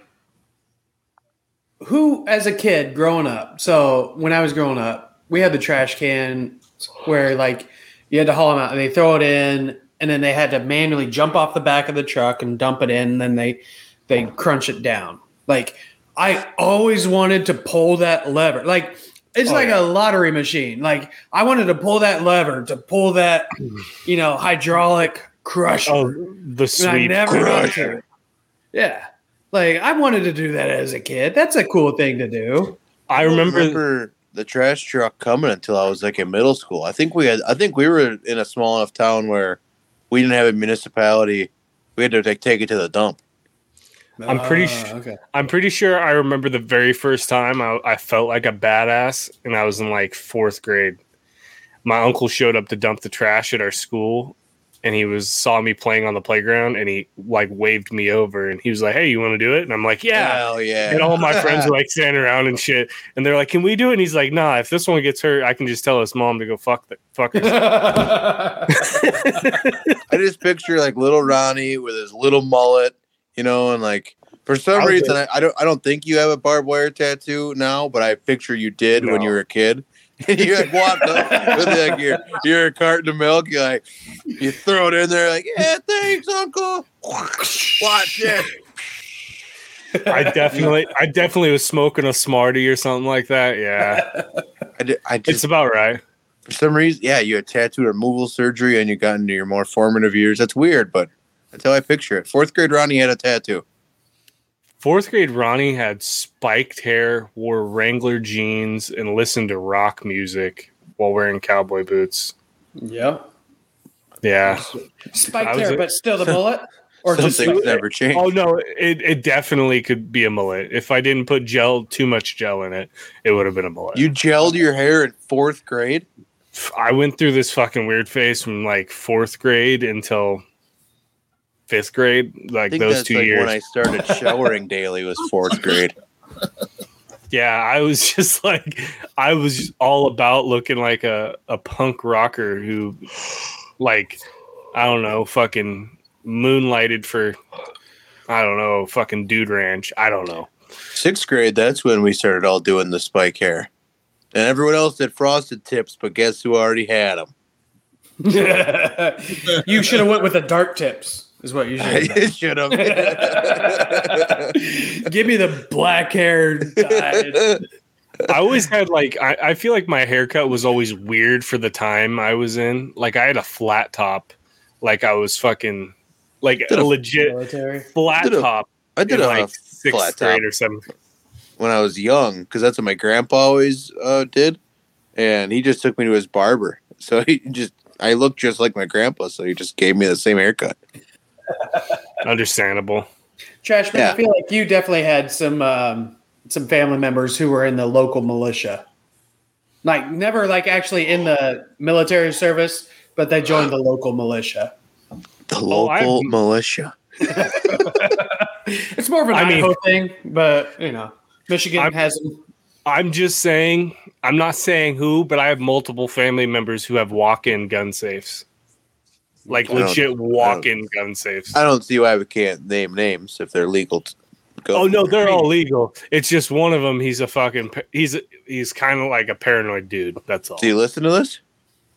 Speaker 4: who as a kid growing up, so when I was growing up, we had the trash can where like you had to haul them out and they throw it in and then they had to manually jump off the back of the truck and dump it in and then they they crunch it down. Like I always wanted to pull that lever. Like it's like a lottery machine. Like I wanted to pull that lever to pull that, you know, hydraulic crusher.
Speaker 2: Oh, the
Speaker 4: And I
Speaker 2: sweet
Speaker 4: never got to. Yeah. Like I wanted to do that as a kid. That's a cool thing to do.
Speaker 1: I
Speaker 2: I
Speaker 1: don't
Speaker 2: remember,
Speaker 1: remember the trash truck coming until I was like in middle school. I think we had, I think we were in a small enough town where we didn't have a municipality. We had to like take it to the dump.
Speaker 2: I'm pretty
Speaker 4: Ah,
Speaker 2: su-
Speaker 4: okay.
Speaker 2: I'm pretty sure I remember the very first time I, I felt like a badass, and I was in like fourth grade. My uncle showed up to dump the trash at our school, and he was saw me playing on the playground, and he like waved me over, and he was like, "Hey, you want to do it?" And I'm like, "Yeah."
Speaker 1: Hell yeah.
Speaker 2: And all my friends were
Speaker 1: *laughs*
Speaker 2: like standing around and shit, and they're like, "Can we do it?" And he's like, "Nah, if this one gets hurt, I can just tell his mom to go fuck the fuck." herself." *laughs*
Speaker 4: *laughs*
Speaker 1: I just picture like little Ronnie with his little mullet you know, and like for some
Speaker 6: I'll
Speaker 1: reason I, I don't I don't think you have a barbed wire tattoo now, but I picture you did when
Speaker 2: No.
Speaker 1: you were a kid. *laughs* And you like walked up with like your your carton of milk, you like you throw it in there like, Yeah, thanks, Uncle. Watch it. *laughs*
Speaker 2: I definitely, I definitely was smoking a smartie or something like
Speaker 1: *laughs*
Speaker 2: that. Yeah,
Speaker 1: I, did, I just
Speaker 2: it's about right.
Speaker 1: for some reason yeah, you had tattoo removal surgery and you got into your more formative years. That's weird, but that's how I picture it. Fourth grade Ronnie had a tattoo.
Speaker 2: Fourth grade Ronnie had spiked hair, wore Wrangler jeans, and listened to rock music while wearing cowboy boots.
Speaker 4: Yep.
Speaker 2: Yeah. I
Speaker 4: Spiked
Speaker 2: was
Speaker 4: hair,
Speaker 2: a-
Speaker 4: but still
Speaker 2: *laughs*
Speaker 4: the bullet. Or
Speaker 1: Some
Speaker 4: just
Speaker 1: things never change.
Speaker 2: Oh no, it, it definitely could be a mullet. If I didn't put gel too much gel in it, it would have been a mullet.
Speaker 1: You gelled your hair in fourth grade?
Speaker 2: I went through this fucking weird phase from like fourth grade until fifth grade,
Speaker 1: I
Speaker 2: like
Speaker 1: think
Speaker 2: those
Speaker 1: that's
Speaker 2: two
Speaker 1: like
Speaker 2: years.
Speaker 1: when I
Speaker 2: *laughs*
Speaker 1: started showering daily was fourth grade.
Speaker 2: yeah, I was *laughs* just like, I was all about looking like a, a punk rocker who, like, I don't know, fucking moonlighted for, I don't know, fucking Dude Ranch. I don't know.
Speaker 1: Sixth grade, that's when we started all doing the spike hair. And everyone else did frosted tips, but guess who already had *laughs* them?
Speaker 4: *laughs* you should have went with the dark tips. Is what you should.
Speaker 1: I should
Speaker 2: *laughs*
Speaker 1: have.
Speaker 4: *laughs* Give me the black hair dyed.
Speaker 2: *laughs* I always had like I, I feel like my haircut was always weird for the time I was in. Like I had a flat top, like I was fucking like
Speaker 1: Did a-
Speaker 2: a legit
Speaker 4: military.
Speaker 2: flat
Speaker 1: did a-
Speaker 2: top
Speaker 1: *laughs* I
Speaker 2: in
Speaker 1: did a
Speaker 2: like sixth
Speaker 1: flat top.
Speaker 2: grade or seventh.
Speaker 1: when I was young because that's what my grandpa always uh, did, and he just took me to his barber. So he just I looked just like my grandpa, so he just gave me the same haircut.
Speaker 2: Understandable.
Speaker 4: Trash man,
Speaker 1: Yeah.
Speaker 4: I feel like you definitely had some um, some family members who were in the local militia. Like never like actually in the military service, but they joined the local militia.
Speaker 1: The
Speaker 2: Oh, I-
Speaker 1: local militia.
Speaker 4: It's more of an
Speaker 2: I mean-
Speaker 4: Idaho thing, but you know, Michigan
Speaker 2: I'm-
Speaker 4: has them.
Speaker 2: I'm just saying I'm not saying who, but I have multiple family members who have walk in gun safes. Like
Speaker 1: I don't-
Speaker 2: legit walk in gun safes.
Speaker 1: I don't see why we can't name names if they're legal. To go
Speaker 2: Oh no, they're all legal. It's just one of them. He's a fucking. pa- He's a, he's kind of like a paranoid dude. That's all.
Speaker 1: Do you listen to this?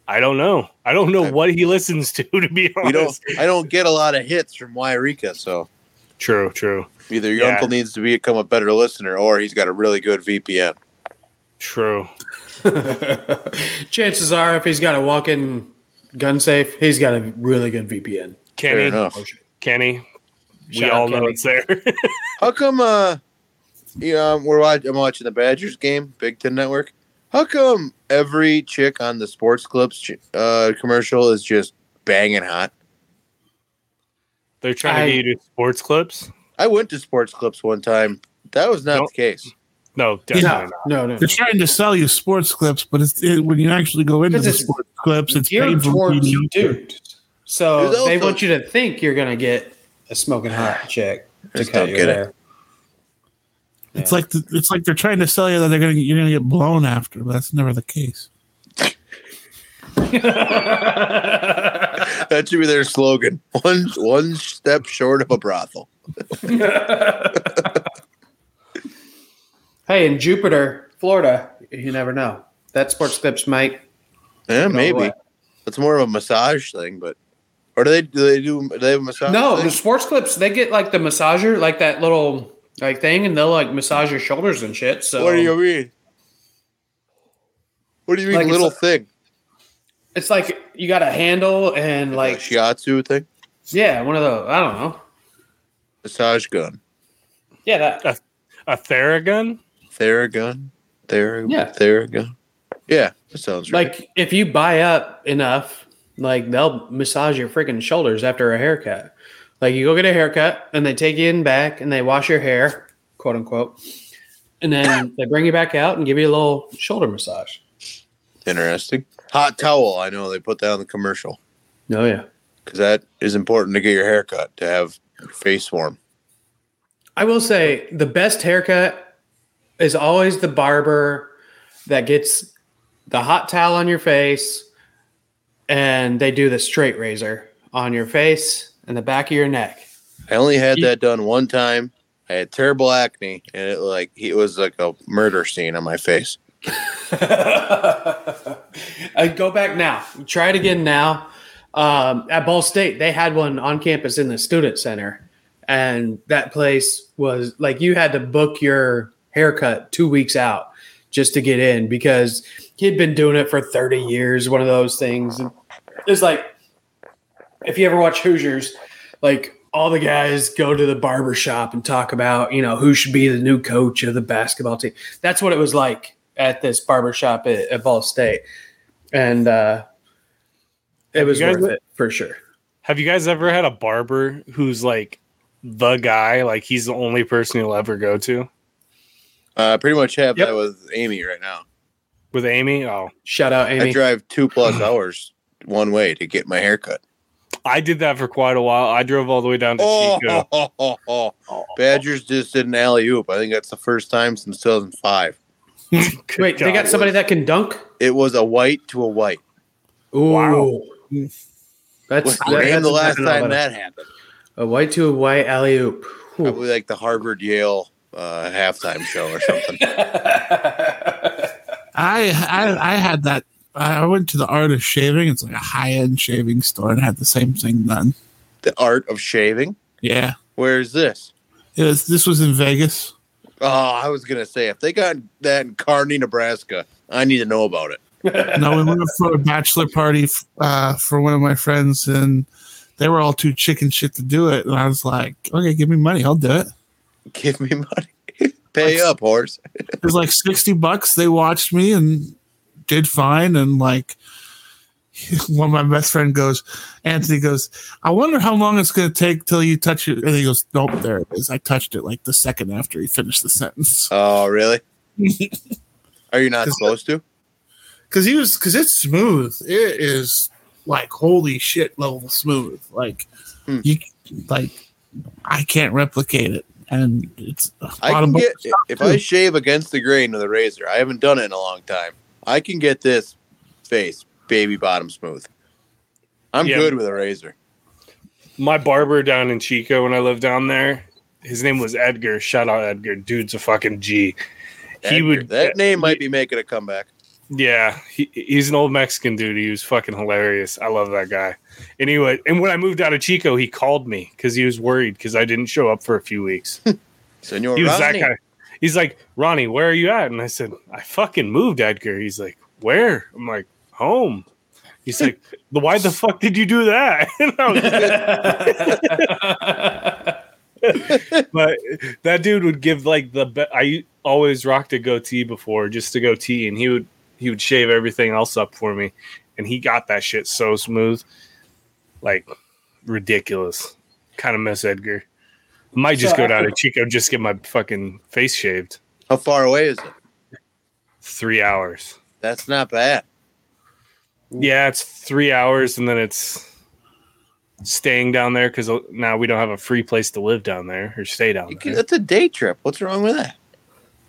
Speaker 2: I don't know. I don't know
Speaker 1: I-
Speaker 2: what he listens to. *laughs* To be honest,
Speaker 1: We don't. I don't get a lot of hits from Wairika, so
Speaker 2: true, true,
Speaker 1: either your
Speaker 2: Yeah.
Speaker 1: uncle needs to become a better listener, or he's got a really good VPN.
Speaker 2: true.
Speaker 4: *laughs* Chances are, if he's got a walk-in gun safe, he's got a really good VPN.
Speaker 1: Fair
Speaker 2: Kenny,
Speaker 1: enough.
Speaker 2: Kenny, we
Speaker 4: Shout out
Speaker 2: all know
Speaker 4: Kenny.
Speaker 2: it's there. *laughs*
Speaker 1: How come? Uh, you know, we're watch- I'm watching the Badgers game, Big Ten Network. How come every chick on the sports clips ch- uh, commercial is just banging hot?
Speaker 2: They're trying
Speaker 4: I-
Speaker 2: to get you to sports clips.
Speaker 1: I went to sports clips one time. That was not
Speaker 2: Nope.
Speaker 1: the case.
Speaker 2: No, definitely
Speaker 4: No,
Speaker 2: not.
Speaker 4: no, no.
Speaker 3: They're trying to sell you sports clips, but it's it, when you actually go into
Speaker 4: Because
Speaker 3: the
Speaker 4: it's
Speaker 3: sports clips, it's
Speaker 4: geared
Speaker 3: painful.
Speaker 4: towards dudes. So
Speaker 1: There's
Speaker 4: they
Speaker 1: also-
Speaker 4: want you to think you're gonna get a smoking hot chick to
Speaker 1: Just
Speaker 4: cut
Speaker 1: don't
Speaker 4: your
Speaker 1: get it.
Speaker 4: hair.
Speaker 3: It's like the, it's like they're trying to sell you that they're gonna you're gonna get blown after, but that's never the case.
Speaker 1: That should be their slogan. *laughs* One one step short of a brothel.
Speaker 4: Hey, in Jupiter, Florida, you never know. That sports clips might
Speaker 1: Yeah,
Speaker 4: go
Speaker 1: Eh, maybe
Speaker 4: away.
Speaker 1: that's more of a massage thing, but or do they do they do, do Uh, they have a massage?
Speaker 4: No,
Speaker 1: thing?
Speaker 4: the sports clips they get like the massager, like that little like thing, and they'll like massage your shoulders and shit. So
Speaker 1: what do you mean? What do you mean,
Speaker 4: Like it's
Speaker 1: little
Speaker 4: a-
Speaker 1: thing?
Speaker 4: it's like you got a handle and
Speaker 1: Like
Speaker 4: like
Speaker 1: shiatsu thing,
Speaker 4: yeah, one of those. I don't know.
Speaker 1: massage gun.
Speaker 4: Yeah, that
Speaker 2: A Theragun.
Speaker 1: Theragun. Theragun.
Speaker 4: Yeah.
Speaker 1: Theragun. Yeah, that sounds right.
Speaker 4: like if you buy up enough, like they'll massage your freaking shoulders after a haircut. Like you go get a haircut and they take you in back and they wash your hair, quote unquote,
Speaker 1: *coughs*
Speaker 4: and then they bring you back out and give you a little shoulder massage.
Speaker 1: Interesting. Hot towel. I know they put that on the commercial
Speaker 4: Oh yeah.
Speaker 1: because that is important to get your hair cut to have your face warm.
Speaker 4: I will say the best haircut is always the barber that gets the hot towel on your face *laughs* and they do the straight razor on your face and the back of your neck.
Speaker 1: I only had that done one time. I had terrible acne, and it like it was like a murder scene on my face.
Speaker 4: I Uh, go back now. Try it again now. Um, at Ball State, they had one on campus in the student center, and that place was like you had to book your haircut two weeks out just to get in because he'd been doing it for thirty years. One of those things. And It's like if you ever watch Hoosiers, like all the guys go to the barber shop and talk about you know who should be the new coach of the basketball team. That's what it was like at this barber shop at, at Ball State, and uh, it was
Speaker 2: guys
Speaker 4: worth
Speaker 2: look-
Speaker 4: it for sure.
Speaker 2: Have you guys ever had a barber who's like the guy? Like he's the only person you'll ever go to
Speaker 1: Uh, I pretty much have
Speaker 4: Yep.
Speaker 1: that with Amy right now.
Speaker 2: with Amy? Oh,
Speaker 4: Shout out
Speaker 1: I
Speaker 4: Amy.
Speaker 1: drive
Speaker 4: *clears throat*
Speaker 1: two plus hours one way to get my haircut.
Speaker 2: I did that for quite a while. I drove all the way down to
Speaker 1: Oh,
Speaker 2: Chico.
Speaker 1: ho, ho, ho,
Speaker 4: Oh.
Speaker 1: ho. Badgers just did an alley oop. I think that's the first time since 2005.
Speaker 2: Good
Speaker 4: Wait, they
Speaker 2: God.
Speaker 4: got somebody that can dunk.
Speaker 1: It was a white to a white.
Speaker 4: Ooh.
Speaker 2: Wow.
Speaker 4: That's, that,
Speaker 1: and
Speaker 4: that's
Speaker 1: the last
Speaker 4: nothing all
Speaker 1: time
Speaker 4: about it.
Speaker 1: that happened,
Speaker 4: a white to a white alley oop.
Speaker 1: probably like the Harvard Yale uh, halftime show or
Speaker 4: *laughs*
Speaker 1: something.
Speaker 3: I I, I had that. I I went to the art of shaving. It's like a high end shaving store and had the same thing done.
Speaker 1: the art of shaving.
Speaker 3: Yeah,
Speaker 1: Where is this?
Speaker 3: it was. This was in Vegas.
Speaker 1: Oh, I was gonna say if they got that in Kearney, Nebraska, I need to know about it. *laughs*
Speaker 3: no, we went for a bachelor party f- uh, for one of my friends, and they were all too chicken shit to do it. And I was like, okay, give me money, I'll do it.
Speaker 1: Give me money. Pay up, horse.
Speaker 3: It was like sixty bucks. They watched me and did fine. And like, *laughs* one of my best friend goes, Anthony goes, I wonder how long it's gonna take till you touch it. And he goes, Nope, there it is. I touched it like the second after he finished the sentence *laughs*
Speaker 1: Oh,
Speaker 2: *laughs*
Speaker 1: really? Are you not supposed to?
Speaker 3: because he was because it's smooth. It is like holy shit level smooth. Like
Speaker 1: Hmm.
Speaker 3: you like I can't replicate it, and it's a
Speaker 1: I
Speaker 3: lot
Speaker 1: can
Speaker 3: of
Speaker 1: get
Speaker 3: bullshit.
Speaker 1: if I shave against the grain with a razor. I haven't done it in a long time. I can get this face baby bottom smooth. I'm
Speaker 2: Yeah.
Speaker 1: good with a razor.
Speaker 2: my barber down in Chico when I lived down there. His name was Edgar. Shout out Edgar. Dude's a fucking G. He
Speaker 1: Edgar.
Speaker 2: would-
Speaker 1: that name might be making a comeback.
Speaker 2: Yeah, he, he's an old Mexican dude. He was fucking hilarious. I love that guy. Anyway, and when I moved out of Chico, he called me because he was worried because I didn't show up for a few weeks.
Speaker 1: Senor
Speaker 2: He was
Speaker 1: Rodney.
Speaker 2: that guy. He's like, Ronnie, where are you at? And I said, I fucking moved, Edgar. He's like, where? I'm like, home. He's like, why the fuck did you do that? *laughs* And I was
Speaker 4: *laughs*
Speaker 2: but that dude would give like the be- I always rocked a goatee before just a goatee, and he would he would shave everything else up for me, and he got that shit so smooth, like ridiculous. Kind of miss Edgar. Might just
Speaker 4: So
Speaker 2: go down
Speaker 4: after-
Speaker 2: to Chico, just get my fucking face shaved.
Speaker 1: How far away is it?
Speaker 2: Three hours.
Speaker 1: That's not bad.
Speaker 2: Yeah, it's three hours, and then it's staying down there because now we don't have a free place to live down there or stay down
Speaker 1: You can,
Speaker 2: there.
Speaker 1: that's a day trip. What's wrong with that?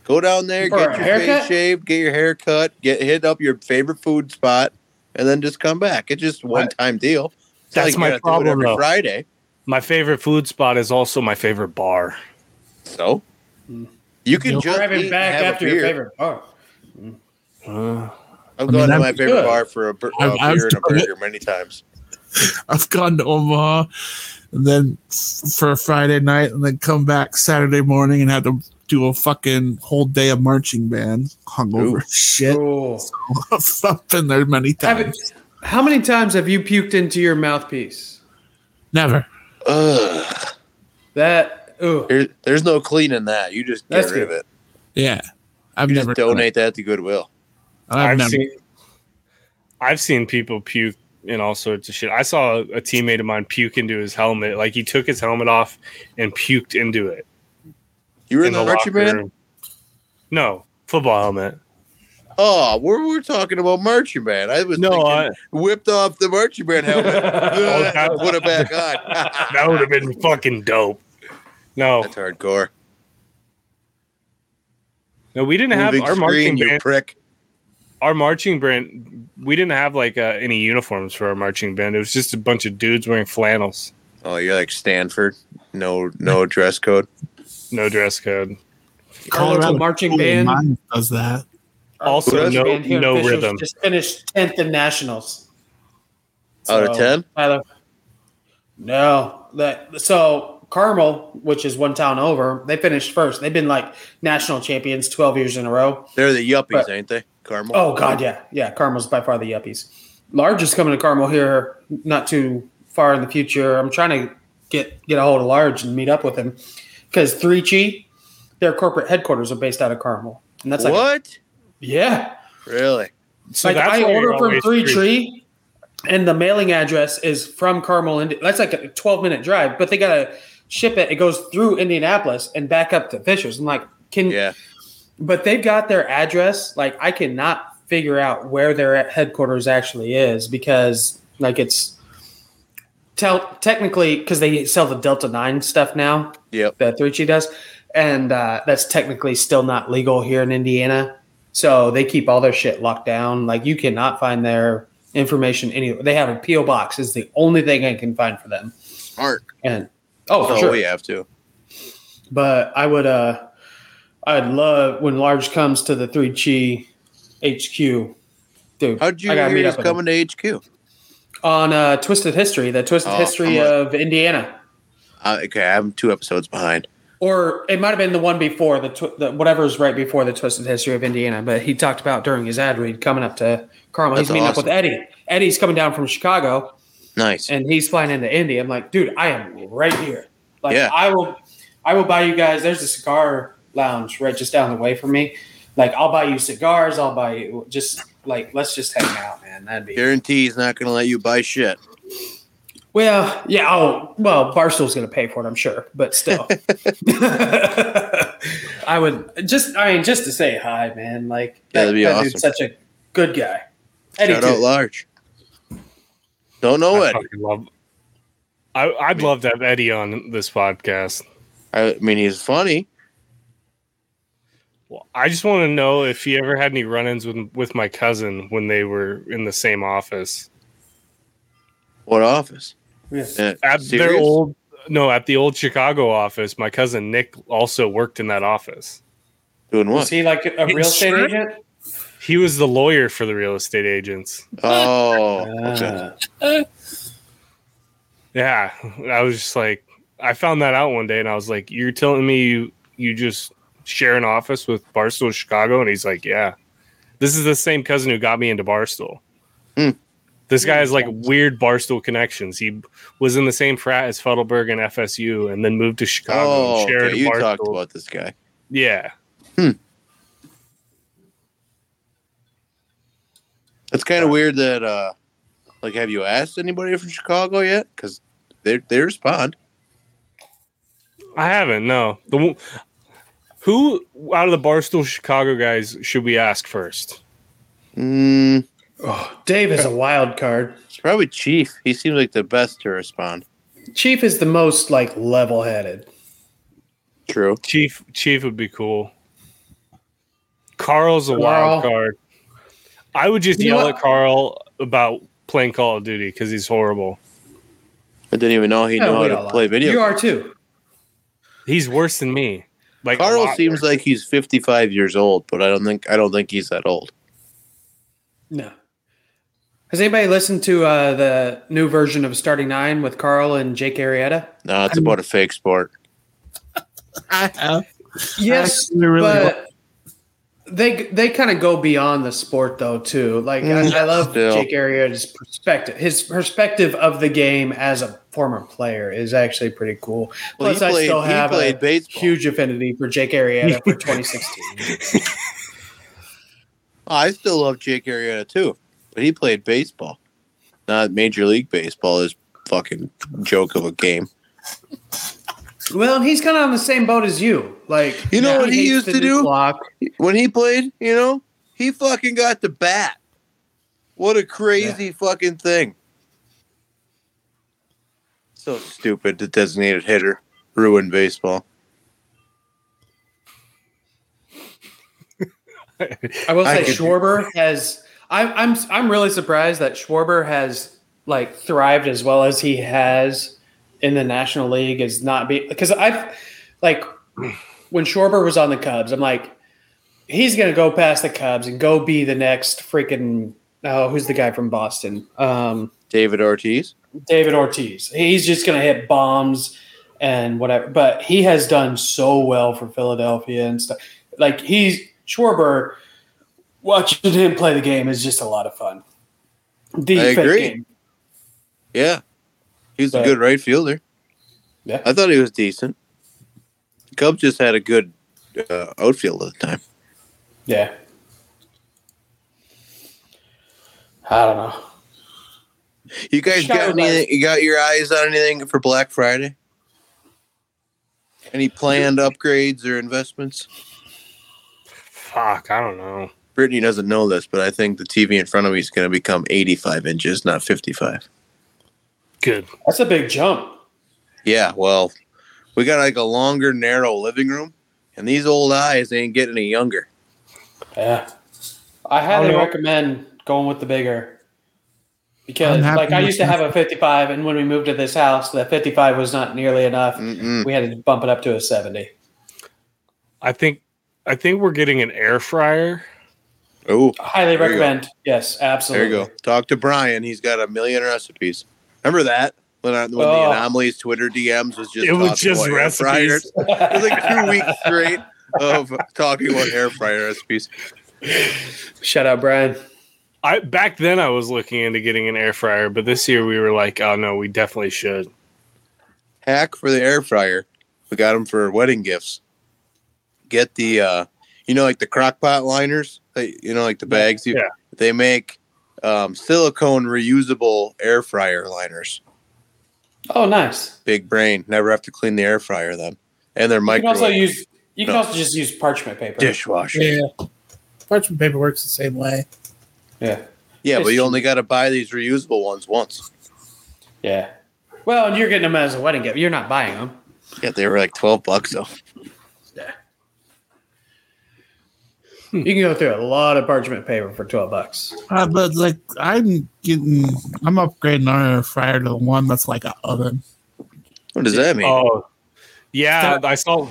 Speaker 1: Go down there,
Speaker 4: For
Speaker 1: get
Speaker 4: a
Speaker 1: your
Speaker 4: haircut?
Speaker 1: face shaved, get your hair cut, get hit up your favorite food spot, and then just come back. It's just one time deal. It's not
Speaker 2: That's
Speaker 1: like
Speaker 2: my
Speaker 1: you're gonna do it
Speaker 2: problem,
Speaker 1: every
Speaker 2: though.
Speaker 1: Friday.
Speaker 2: My favorite food spot is also my favorite bar.
Speaker 1: So
Speaker 4: Hmm.
Speaker 1: you can
Speaker 3: You're
Speaker 1: just eat
Speaker 4: Driving
Speaker 1: and
Speaker 4: back
Speaker 1: have a
Speaker 4: after your
Speaker 1: beer.
Speaker 4: favorite bar.
Speaker 1: I've
Speaker 3: I mean,
Speaker 1: gone to
Speaker 3: that'd
Speaker 1: my
Speaker 3: be
Speaker 1: favorite
Speaker 4: good.
Speaker 1: bar for a bur-
Speaker 3: I've-
Speaker 1: uh,
Speaker 3: I've
Speaker 1: beer and a
Speaker 3: done it.
Speaker 1: burger many times.
Speaker 3: I've gone to Omaha, and then f- for a Friday night, and then come back Saturday morning and had to do a fucking whole day of marching band hungover.
Speaker 1: Oh,
Speaker 3: Shit,
Speaker 4: Ooh.
Speaker 3: *laughs* I've been there many
Speaker 4: Have
Speaker 3: times.
Speaker 4: it- how many times have you puked into your mouthpiece?
Speaker 3: Never.
Speaker 1: Ugh,
Speaker 4: That ooh.
Speaker 1: There- there's no cleaning that. You just get
Speaker 4: That's
Speaker 1: rid of
Speaker 4: good.
Speaker 1: it.
Speaker 3: Yeah, I've
Speaker 1: You
Speaker 3: never
Speaker 1: just
Speaker 3: done it.
Speaker 1: donate that to Goodwill.
Speaker 3: I've,
Speaker 2: I've,
Speaker 3: never.
Speaker 2: seen I've seen people puke and all sorts of shit. I saw a, a teammate of mine puke into his helmet. Like he took his helmet off and puked into it.
Speaker 1: You were in
Speaker 2: in
Speaker 1: the,
Speaker 2: the
Speaker 1: Archie
Speaker 2: locker
Speaker 1: band?
Speaker 2: room. No, football helmet.
Speaker 1: Oh, we're, we're talking about marching band. I was
Speaker 2: No,
Speaker 1: thinking,
Speaker 2: I-
Speaker 1: whipped off the marching band
Speaker 2: *laughs*
Speaker 1: helmet,
Speaker 2: that-
Speaker 1: put it back
Speaker 2: *laughs*
Speaker 1: on.
Speaker 2: That would have been fucking dope. No,
Speaker 1: That's hardcore.
Speaker 2: no, we didn't have
Speaker 1: Moving
Speaker 2: our
Speaker 1: screen,
Speaker 2: marching
Speaker 1: you
Speaker 2: band.
Speaker 1: prick.
Speaker 2: Our marching band. We didn't have like uh, any uniforms for our marching band. It was just a bunch of dudes wearing flannels.
Speaker 1: Oh, you're like Stanford. No,
Speaker 2: *laughs*
Speaker 1: no dress code.
Speaker 2: No dress code.
Speaker 4: Our local marching
Speaker 3: Holy
Speaker 4: band.
Speaker 3: Mine does that.
Speaker 2: Also,
Speaker 1: Who does?
Speaker 2: no,
Speaker 4: Uh, band here in
Speaker 2: no
Speaker 4: Fishers
Speaker 2: rhythm.
Speaker 4: Just finished tenth in nationals.
Speaker 1: Out of 10?
Speaker 4: Tyler- no, that so Carmel, which is one town over, they finished first. They've been like national champions twelve years in a row.
Speaker 1: They're the yuppies,
Speaker 4: But-
Speaker 1: ain't they? Carmel.
Speaker 4: Oh God, yeah, yeah. Carmel's by far the yuppies. Large is coming to Carmel here, not too far in the future. I'm trying to get get a hold of Large and meet up with him because Three Chi, their corporate headquarters are based out of Carmel, and that's like
Speaker 1: what?
Speaker 4: yeah.
Speaker 1: Really?
Speaker 2: So
Speaker 4: like
Speaker 2: that's
Speaker 4: I
Speaker 2: why you're
Speaker 4: order from
Speaker 2: always
Speaker 4: Three Tree, and the mailing address is from Carmel, Indi- That's like a twelve minute drive, but they gotta ship it. It goes through Indianapolis and back up to Fishers. I'm like, can
Speaker 1: Yeah.
Speaker 4: but they've got their address. Like I cannot figure out where their headquarters actually is because like it's tell technically because they sell the Delta Nine stuff now
Speaker 1: Yep.
Speaker 4: that Three Chi does, and uh, that's technically still not legal here in Indiana. So they keep all their shit locked down. Like you cannot find their information anywhere. They have a PO box is the only thing I can find for them.
Speaker 1: Smart.
Speaker 4: And oh, for
Speaker 1: Oh,
Speaker 4: sure
Speaker 1: we have to.
Speaker 4: but I would uh I'd love when Large comes to the three chi HQ. Dude,
Speaker 1: How'd you
Speaker 4: I gotta
Speaker 1: hear
Speaker 4: meet
Speaker 1: he's
Speaker 4: up with him.
Speaker 1: coming to HQ?
Speaker 4: on uh, Twisted History, the Twisted
Speaker 1: Oh,
Speaker 4: History
Speaker 1: I'm a-
Speaker 4: of Indiana,
Speaker 1: Uh, okay, I'm two episodes behind.
Speaker 4: or it might have been the one before the, tw- the whatever's right before the Twisted History of Indiana. But he talked about during his ad read coming up to Carmel.
Speaker 1: That's
Speaker 4: he's meeting
Speaker 1: awesome.
Speaker 4: up with Eddie. Eddie's coming down from Chicago,
Speaker 1: Nice.
Speaker 4: and he's flying into Indy. I'm like, dude, I am right here. Like,
Speaker 1: Yeah.
Speaker 4: I will, I will buy you guys. There's a cigar lounge right just down the way from me. Like, I'll buy you cigars. I'll buy you just like let's just hang out, man. That'd be
Speaker 1: Guarantee he's not going to let you buy shit.
Speaker 4: well, yeah. Oh, well, Barstool's gonna pay for it, I'm sure, but
Speaker 1: *laughs*
Speaker 4: still, *laughs* I would just, I mean, just to say hi, man. Like,
Speaker 1: Yeah, that'd be
Speaker 4: that
Speaker 1: awesome.
Speaker 4: dude's such a good guy. Eddie,
Speaker 1: Shout out
Speaker 4: too.
Speaker 1: large. Don't know
Speaker 2: I
Speaker 1: it.
Speaker 2: fucking love. I, I'd love to have Eddie on this podcast.
Speaker 1: I mean, he's funny.
Speaker 2: Well, I just want to know if he ever had any run-ins with with my cousin when they were in the same office.
Speaker 1: What office?
Speaker 4: Yeah.
Speaker 1: Uh,
Speaker 2: At their
Speaker 1: serious?
Speaker 2: old no, at the old Chicago office, my cousin Nick also worked in that office.
Speaker 1: Doing
Speaker 4: was
Speaker 1: what?
Speaker 4: he like a real estate
Speaker 2: Sure.
Speaker 4: agent?
Speaker 2: He was the lawyer for the real estate agents.
Speaker 1: Oh, okay.
Speaker 4: Uh,
Speaker 2: Yeah, I was just like, I found that out one day, and I was like, "You're telling me you you just share an office with Barstool Chicago?" And he's like, "Yeah, this is the same cousin who got me into Barstool.
Speaker 1: Hmm.
Speaker 2: This guy has like weird Barstool connections. He was in the same frat as Fuddleberg and FSU, and then moved to Chicago.
Speaker 1: oh
Speaker 2: and shared
Speaker 1: okay.
Speaker 2: a
Speaker 1: you
Speaker 2: Barstool.
Speaker 1: talked about this guy.
Speaker 2: yeah,
Speaker 1: It's kind of weird that, uh, like, have you asked anybody from Chicago yet? Because they they respond.
Speaker 2: I haven't. No, the one- who out of the Barstool Chicago guys should we ask first?
Speaker 1: Mm,
Speaker 4: Ah. Dave is a wild card.
Speaker 1: it's probably Chief. He seems like the best to respond.
Speaker 4: Chief is the most like level headed.
Speaker 1: True.
Speaker 2: Chief Chief would be cool. Carl's a
Speaker 4: Carl.
Speaker 2: wild card. I would just
Speaker 4: You know
Speaker 2: yell
Speaker 4: what?
Speaker 2: at Carl about playing Call of Duty because he's horrible.
Speaker 1: I didn't even know he knew how to play video.
Speaker 4: You are too.
Speaker 2: He's worse than me. Like a
Speaker 1: Carl
Speaker 2: lot
Speaker 1: seems like he's 55 years old, but I don't think I don't think he's that old.
Speaker 4: No. Has anybody listened to uh, the new version of Starting Nine with Carl and Jake Arrieta?
Speaker 1: No, it's about a fake sport.
Speaker 3: I have.
Speaker 4: Yes,
Speaker 3: Actually, really
Speaker 4: but they they kind of go beyond the sport though too. Like
Speaker 1: Mm,
Speaker 4: I, I love
Speaker 1: still.
Speaker 4: Jake Arrieta's perspective. His perspective of the game as a former player is actually pretty cool.
Speaker 1: Well, he
Speaker 4: Plus, I
Speaker 1: played-
Speaker 4: still
Speaker 1: he
Speaker 4: have a
Speaker 1: played baseball.
Speaker 4: huge affinity for Jake Arrieta for 2016.
Speaker 1: Oh, I still love Jake Arrieta too, but he played baseball, not Major League Baseball. Is fucking joke of a game.
Speaker 4: well, and he's kind of on the same boat as you. Like
Speaker 1: You know what he
Speaker 4: hates
Speaker 1: used
Speaker 4: the
Speaker 1: to
Speaker 4: new
Speaker 1: do?
Speaker 4: Clock.
Speaker 1: When he played, you know, he fucking got the bat. What a crazy fucking thing! So stupid. The designated hitter ruined baseball.
Speaker 4: I will
Speaker 1: I
Speaker 4: say
Speaker 1: could-
Speaker 4: Schwarber has. I'm I'm I'm really surprised that Schwarber has like thrived as well as he has in the National League is not being because I like when Schwarber was on the Cubs, I'm like, he's gonna go past the Cubs and go be the next freaking oh, who's the guy from Boston? Um,
Speaker 1: David Ortiz.
Speaker 4: David Ortiz. He's just gonna hit bombs and whatever. But he has done so well for Philadelphia and stuff. Like he's Schwarber. Watching him play the game is just a lot of fun. The
Speaker 1: I
Speaker 4: fifth
Speaker 1: agree.
Speaker 4: game.
Speaker 1: Yeah, he's a
Speaker 4: But-
Speaker 1: good right fielder.
Speaker 4: Yeah.
Speaker 1: I thought he was decent. The Cubs just had a good uh, outfield at the time.
Speaker 4: Yeah. I don't know.
Speaker 1: You guys got
Speaker 4: Shout out.
Speaker 1: anything? You got your eyes on anything for Black Friday? Any planned upgrades or investments?
Speaker 2: Fuck, I don't know.
Speaker 1: Brittany doesn't know this, but I think the TV in front of me is going to become 85 inches, not 55.
Speaker 2: Good.
Speaker 4: That's a big jump.
Speaker 1: Yeah, well, we got like a longer, narrow living room, and these old eyes ain't getting any younger.
Speaker 4: Yeah. I highly
Speaker 2: don't know.
Speaker 4: recommend going with the
Speaker 3: I'm
Speaker 4: bigger. Because
Speaker 3: happy
Speaker 4: like I
Speaker 3: with
Speaker 4: used to
Speaker 3: that.
Speaker 4: have a 55 and when we moved to this house the 55 was not nearly enough.
Speaker 1: Mm-mm.
Speaker 4: *laughs* We had to bump it up to a 70.
Speaker 2: I think I think we're getting an air fryer.
Speaker 1: Oh,
Speaker 4: Highly
Speaker 1: There you go.
Speaker 4: recommend. Yes,
Speaker 1: there
Speaker 4: absolutely.
Speaker 1: you go. Talk to Brian. He's got a million recipes. Remember that when, I, when the
Speaker 4: Oh.
Speaker 1: anomalies Twitter DMs was just
Speaker 2: It was
Speaker 1: talking
Speaker 2: just
Speaker 1: about air
Speaker 2: recipes.
Speaker 1: fryers. It was like two weeks straight of talking about air fryer recipes.
Speaker 4: Shout out Brian.
Speaker 2: I back then I was looking into getting an air fryer, but this year we were like, oh no, we definitely should.
Speaker 1: Hack for the air fryer. We got them for wedding gifts. Get the, uh, you know, like the crock pot liners, like, you know, like the bags. You,
Speaker 2: Yeah.
Speaker 1: They make um, silicone reusable air fryer liners.
Speaker 4: Oh, nice.
Speaker 1: Big brain. Never have to clean the air fryer then. And they're
Speaker 4: You can also
Speaker 1: microwave
Speaker 4: use you can
Speaker 1: No.
Speaker 4: also just use parchment paper.
Speaker 1: dishwasher.
Speaker 3: Yeah. Parchment paper works the same way.
Speaker 4: Yeah.
Speaker 1: Yeah, but
Speaker 4: It's
Speaker 1: you
Speaker 4: cheap.
Speaker 1: only got to buy these reusable ones once.
Speaker 4: Yeah. Well, and you're getting them as a wedding gift. You're not buying them.
Speaker 1: Yeah, they were like twelve bucks though. Hmm.
Speaker 4: You can go through a lot of parchment paper for 12 bucks.
Speaker 3: Uh, but like I'm getting, I'm upgrading our air fryer to the one that's like an oven.
Speaker 1: What does that mean?
Speaker 2: Oh, yeah, I saw.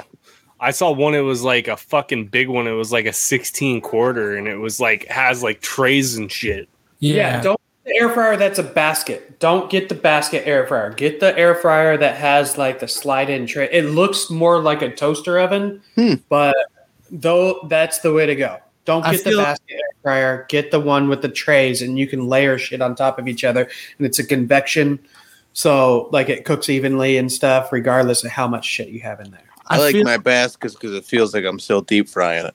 Speaker 2: I saw one. It was like a fucking big one. It was like a sixteen quarter, and it was like has like trays and shit.
Speaker 4: Yeah. don't get the air fryer that's a basket. Don't get the basket air fryer. Get the air fryer that has like the slide in tray. It looks more like a toaster oven,
Speaker 1: Hmm.
Speaker 4: but though that's the way to go. Don't
Speaker 3: I
Speaker 4: get the
Speaker 3: feel-
Speaker 4: basket air fryer. Get the one with the trays and you can layer shit on top of each other and it's a convection. So like it cooks evenly and stuff regardless of how much shit you have in there.
Speaker 1: I, like
Speaker 3: feel,
Speaker 1: my baskets because it feels like I'm still deep frying it.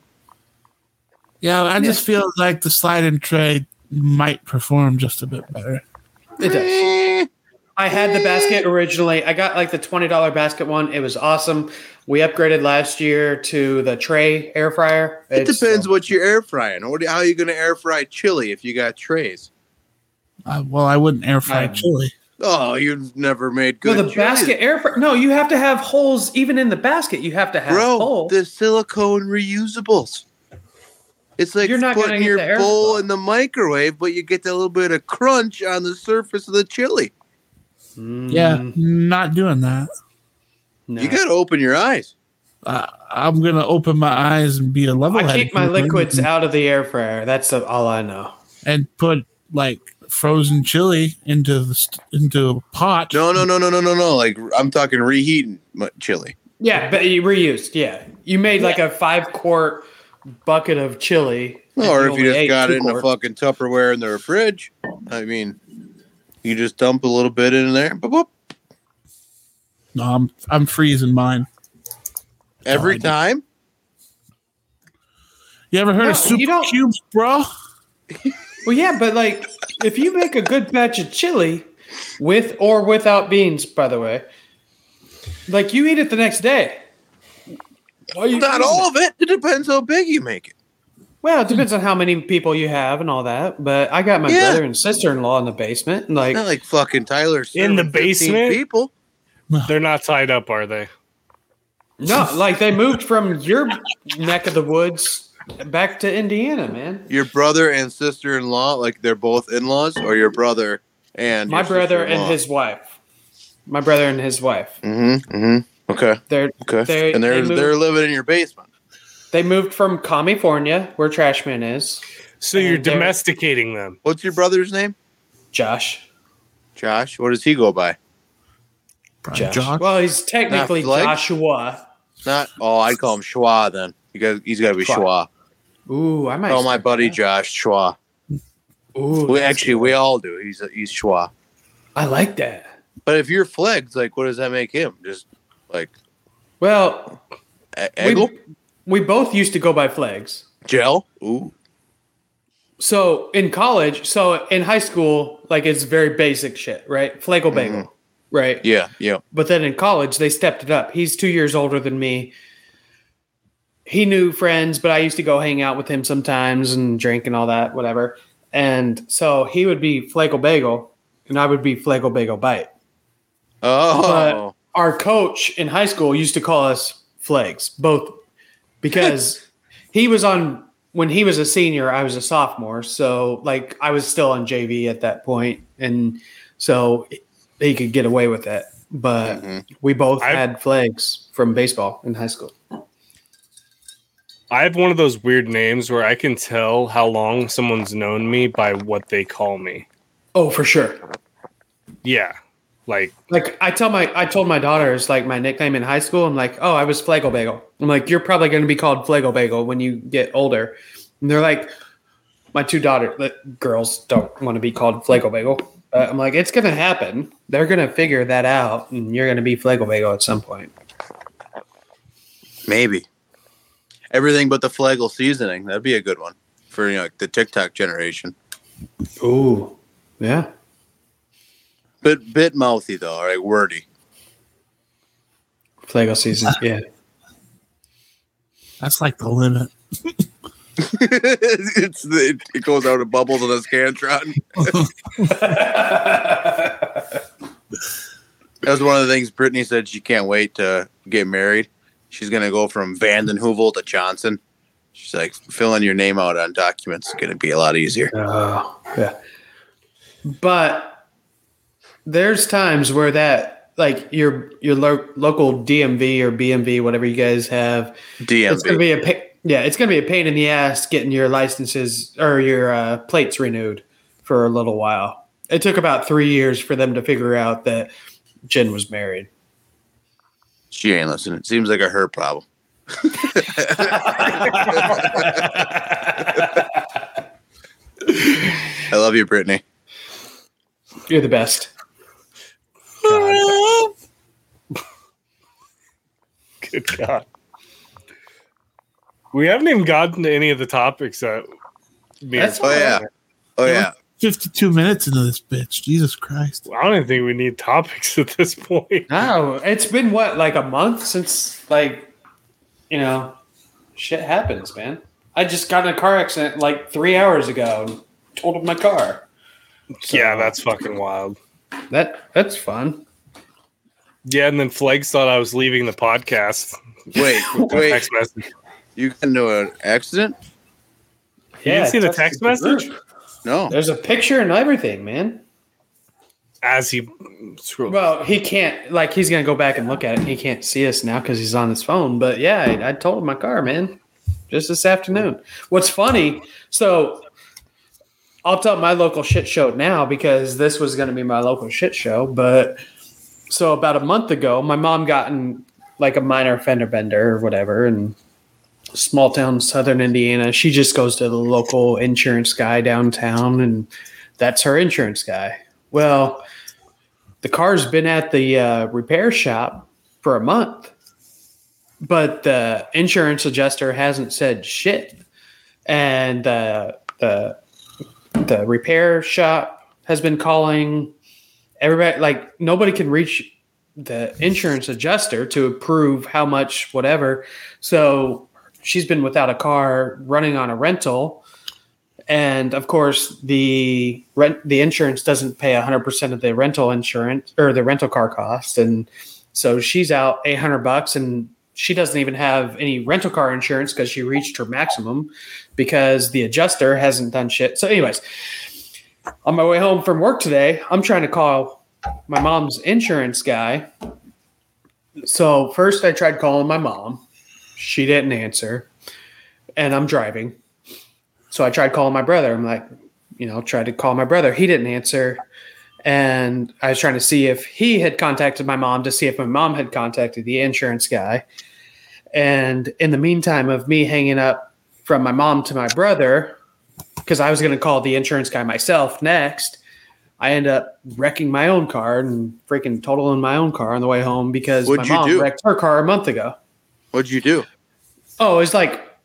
Speaker 3: yeah. I just feel like the slide and tray might perform just a bit better.
Speaker 4: It does.
Speaker 1: Eh,
Speaker 4: I had the basket originally. I got like the twenty dollar basket one. It was awesome. We upgraded last year to the tray air fryer.
Speaker 1: It
Speaker 4: It's uh,
Speaker 1: depends
Speaker 4: still-
Speaker 1: what you're air frying. What, how are you going to air fry chili if you got trays?
Speaker 3: Uh, well, I wouldn't air fry
Speaker 4: Um,
Speaker 3: chili.
Speaker 1: Oh, you've never made
Speaker 4: no
Speaker 1: good.
Speaker 4: the
Speaker 1: chili.
Speaker 4: basket air fryer. No, you have to have holes even in the basket. You have to have
Speaker 1: bro.
Speaker 4: holes.
Speaker 1: The silicone reusables. It's like
Speaker 4: You're not gonna
Speaker 1: putting
Speaker 4: get
Speaker 1: your
Speaker 4: the air
Speaker 1: bowl
Speaker 4: flow.
Speaker 1: in the microwave, but you get that little bit of crunch on the surface of the chili.
Speaker 3: Yeah,
Speaker 4: mm-hmm.
Speaker 3: not doing that.
Speaker 4: Mm, No.
Speaker 1: You got to open your eyes.
Speaker 3: Uh, I'm gonna open my eyes and be a level.
Speaker 4: I keep my liquids out of the air fryer. That's all I know.
Speaker 3: and put like frozen chili into the st- into a pot.
Speaker 1: No, no, no, no, no, no, no. Like I'm talking reheating mu- chili.
Speaker 4: Yeah, but you reused. Yeah, you made like a five quart bucket of chili.
Speaker 1: Or if
Speaker 4: only
Speaker 1: you just
Speaker 4: ate
Speaker 1: got
Speaker 4: two
Speaker 1: it in a
Speaker 4: quarts.
Speaker 1: fucking Tupperware in their fridge, I mean, you just dump a little bit in there. Boop, boop.
Speaker 3: No, I'm I'm freezing mine.
Speaker 1: Every time,
Speaker 3: You ever heard
Speaker 4: No,
Speaker 3: of soup
Speaker 4: you don't-
Speaker 3: cubes, bro?
Speaker 4: Well, yeah, but like if you make a good batch of chili with or without beans, by the way, like you eat it the next day. Why you
Speaker 1: not
Speaker 4: eating
Speaker 1: all
Speaker 4: it?
Speaker 1: of it. It depends how big you make it.
Speaker 4: Well, it depends on how many people you have and all that. But I got my
Speaker 1: Yeah.
Speaker 4: brother and sister in law in the basement. and, Like,
Speaker 1: Not like fucking Tyler
Speaker 2: In the
Speaker 1: serving 15
Speaker 2: basement?
Speaker 1: People,
Speaker 2: They're not tied up, are they?
Speaker 4: no, like they moved from your neck of the woods back to Indiana, man.
Speaker 1: your brother and sister-in-law, like they're both in-laws, or your brother and
Speaker 4: My
Speaker 1: your
Speaker 4: brother
Speaker 1: sister-in-law?
Speaker 4: and his wife. My brother and his wife.
Speaker 1: Mm-hmm. Mm-hmm. Okay.
Speaker 4: They're
Speaker 1: Okay.
Speaker 4: They-
Speaker 1: and they're
Speaker 4: they
Speaker 1: they
Speaker 4: moved-
Speaker 1: are living in your basement.
Speaker 4: they moved from California, where Trashman is.
Speaker 2: So you're
Speaker 4: And they're-
Speaker 2: domesticating them.
Speaker 1: What's your brother's name?
Speaker 4: Josh.
Speaker 1: Josh. What does he go by?
Speaker 3: Probably
Speaker 4: Josh.
Speaker 3: Josh.
Speaker 4: Well, he's technically
Speaker 1: Not Flex?
Speaker 4: Joshua.
Speaker 1: Not. Oh, I call him Schwa. Then you guys, he's got to be
Speaker 4: Schwa.
Speaker 1: Schwa.
Speaker 4: Ooh, I might.
Speaker 1: Oh, my buddy Josh Schwa.
Speaker 4: Ooh,
Speaker 1: We
Speaker 4: that's-
Speaker 1: actually we all do. He's he's Schwa.
Speaker 4: I like that.
Speaker 1: But if you're flagged, like, what does that make him? Just like
Speaker 4: Well,
Speaker 1: e-
Speaker 4: we,
Speaker 1: Eggle,
Speaker 4: we both used to go by flags.
Speaker 1: Gel. Ooh,
Speaker 4: So in college, so in high school, like it's very basic shit, right? Flagel bagel, right?
Speaker 1: Mm-hmm. yeah, yeah.
Speaker 4: But then in college, they stepped it up. He's two years older than me. He knew friends, but I used to go hang out with him sometimes and drink and all that, whatever. And so he would be Flagel Bagel, and I would be Flagel Bagel Bite.
Speaker 1: Oh,
Speaker 4: But our coach in high school used to call us Flags, both because he was on when he was a senior, I was a sophomore. So like I was still on JV at that point, and so he could get away with it. But we both
Speaker 2: I-
Speaker 4: had flags from baseball in high school.
Speaker 2: I have one of those weird names where I can tell how long someone's known me by what they call me.
Speaker 4: Oh, for sure.
Speaker 2: Yeah. Like *laughs*
Speaker 4: Like I tell my I told my daughters like my nickname in high school. I'm like, oh, I was Flagel Bagel. I'm like, you're probably going to be called Flagel Bagel when you get older. And they're like, my two daughter the girls don't want to be called Flagel Bagel. Uh, I'm like, it's going to happen. They're going to figure that out, and you're going to be Flagel Bagel at some point.
Speaker 1: maybe everything but the Flagel seasoning. That'd be a good one for you know like the TikTok generation.
Speaker 4: Ooh, yeah.
Speaker 1: Bit bit mouthy though. All right, wordy. *laughs*
Speaker 4: Flagel season. Yeah.
Speaker 3: That's like the limit.
Speaker 1: it's the, it goes out of bubbles on a scantron. that was one of the things Brittany said she can't wait to get married. She's gonna go from Vandenhoevel to Johnson. She's like filling your name out on documents is gonna be a lot easier.
Speaker 4: Oh, yeah. But there's times where that, like your your lo- local DMV or BMV, whatever you guys have, it's
Speaker 1: DMV.
Speaker 4: gonna be a pa- yeah, it's gonna be a pain in the ass getting your licenses or your uh, plates renewed for a little while. It took about three years for them to figure out that Jen was married.
Speaker 1: She ain't listening. It seems like a her problem. *laughs* I love you, Brittany.
Speaker 4: You're the best.
Speaker 2: good God. We haven't even gotten to any of the topics that me and-
Speaker 4: That's
Speaker 1: Oh yeah. Oh yeah.
Speaker 3: 52 minutes into this bitch. Jesus Christ.
Speaker 2: I don't even think we need topics *laughs* at this point.
Speaker 4: No, it's been what like a month since like you know shit happens, man. I just got in a car accident like three hours ago and totaled my car.
Speaker 2: Yeah, that's fucking wild.
Speaker 4: That that's fun.
Speaker 2: Yeah, and then Flags thought I was leaving the podcast.
Speaker 4: *laughs*
Speaker 1: Wait, wait.
Speaker 2: Text message.
Speaker 1: You got into an accident?
Speaker 2: You didn't see the
Speaker 4: that's
Speaker 2: text
Speaker 4: the group.
Speaker 2: message?
Speaker 1: No.
Speaker 4: There's a picture and everything, man.
Speaker 2: As he scrolled.
Speaker 4: Well, he can't like he's gonna go back and look at it. He can't see us now because he's on his phone. But yeah, I, I totaled my car, man, just this afternoon. What's funny? So I'll tell my local shit show now because this was gonna be my local shit show. But so about a month ago, my mom got in like a minor fender bender or whatever, and small town southern Indiana. She just goes to the local insurance guy downtown, and that's her insurance guy. Well the car's been at the uh, repair shop for a month, but the insurance adjuster hasn't said shit, and uh, the the repair shop has been calling everybody. Like nobody can reach the insurance adjuster to approve how much whatever. So she's been without a car, running on a rental and of course the rent the insurance doesn't pay 100% of the rental insurance or the rental car cost and so she's out 800 bucks and she doesn't even have any rental car insurance because she reached her maximum because the adjuster hasn't done shit so anyways on my way home from work today i'm trying to call my mom's insurance guy. So first I tried calling my mom. She didn't answer. And I'm driving. So I tried calling my brother. I'm like, you know, tried to call my brother. He didn't answer. And I was trying to see if he had contacted my mom to see if my mom had contacted the insurance guy. And in the meantime of me hanging up from my mom to my brother, because I was going to call the insurance guy myself next, I end up wrecking my own car and freaking totaling my own car on the way home because
Speaker 1: What'd
Speaker 4: my
Speaker 1: you
Speaker 4: mom
Speaker 1: do?
Speaker 4: wrecked her car a month ago.
Speaker 1: What'd you do?
Speaker 4: Oh, it's like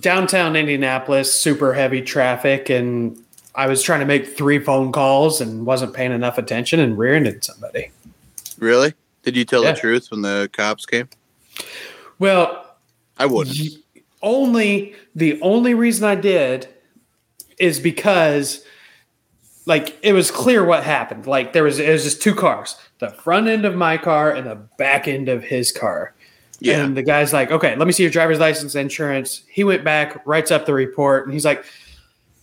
Speaker 4: downtown Indianapolis, super heavy traffic, and I was trying to make three phone calls and wasn't paying enough attention and rear-ended somebody.
Speaker 1: Really? Did you tell
Speaker 4: Yeah.
Speaker 1: the truth when the cops came?
Speaker 4: Well,
Speaker 1: I wouldn't.
Speaker 4: only the only reason I did is because like it was clear what happened. Like there was it was just two cars, the front end of my car and the back end of his car.
Speaker 1: Yeah.
Speaker 4: And the guy's like, okay, let me see your driver's license, insurance. He went back, writes up the report, and he's like,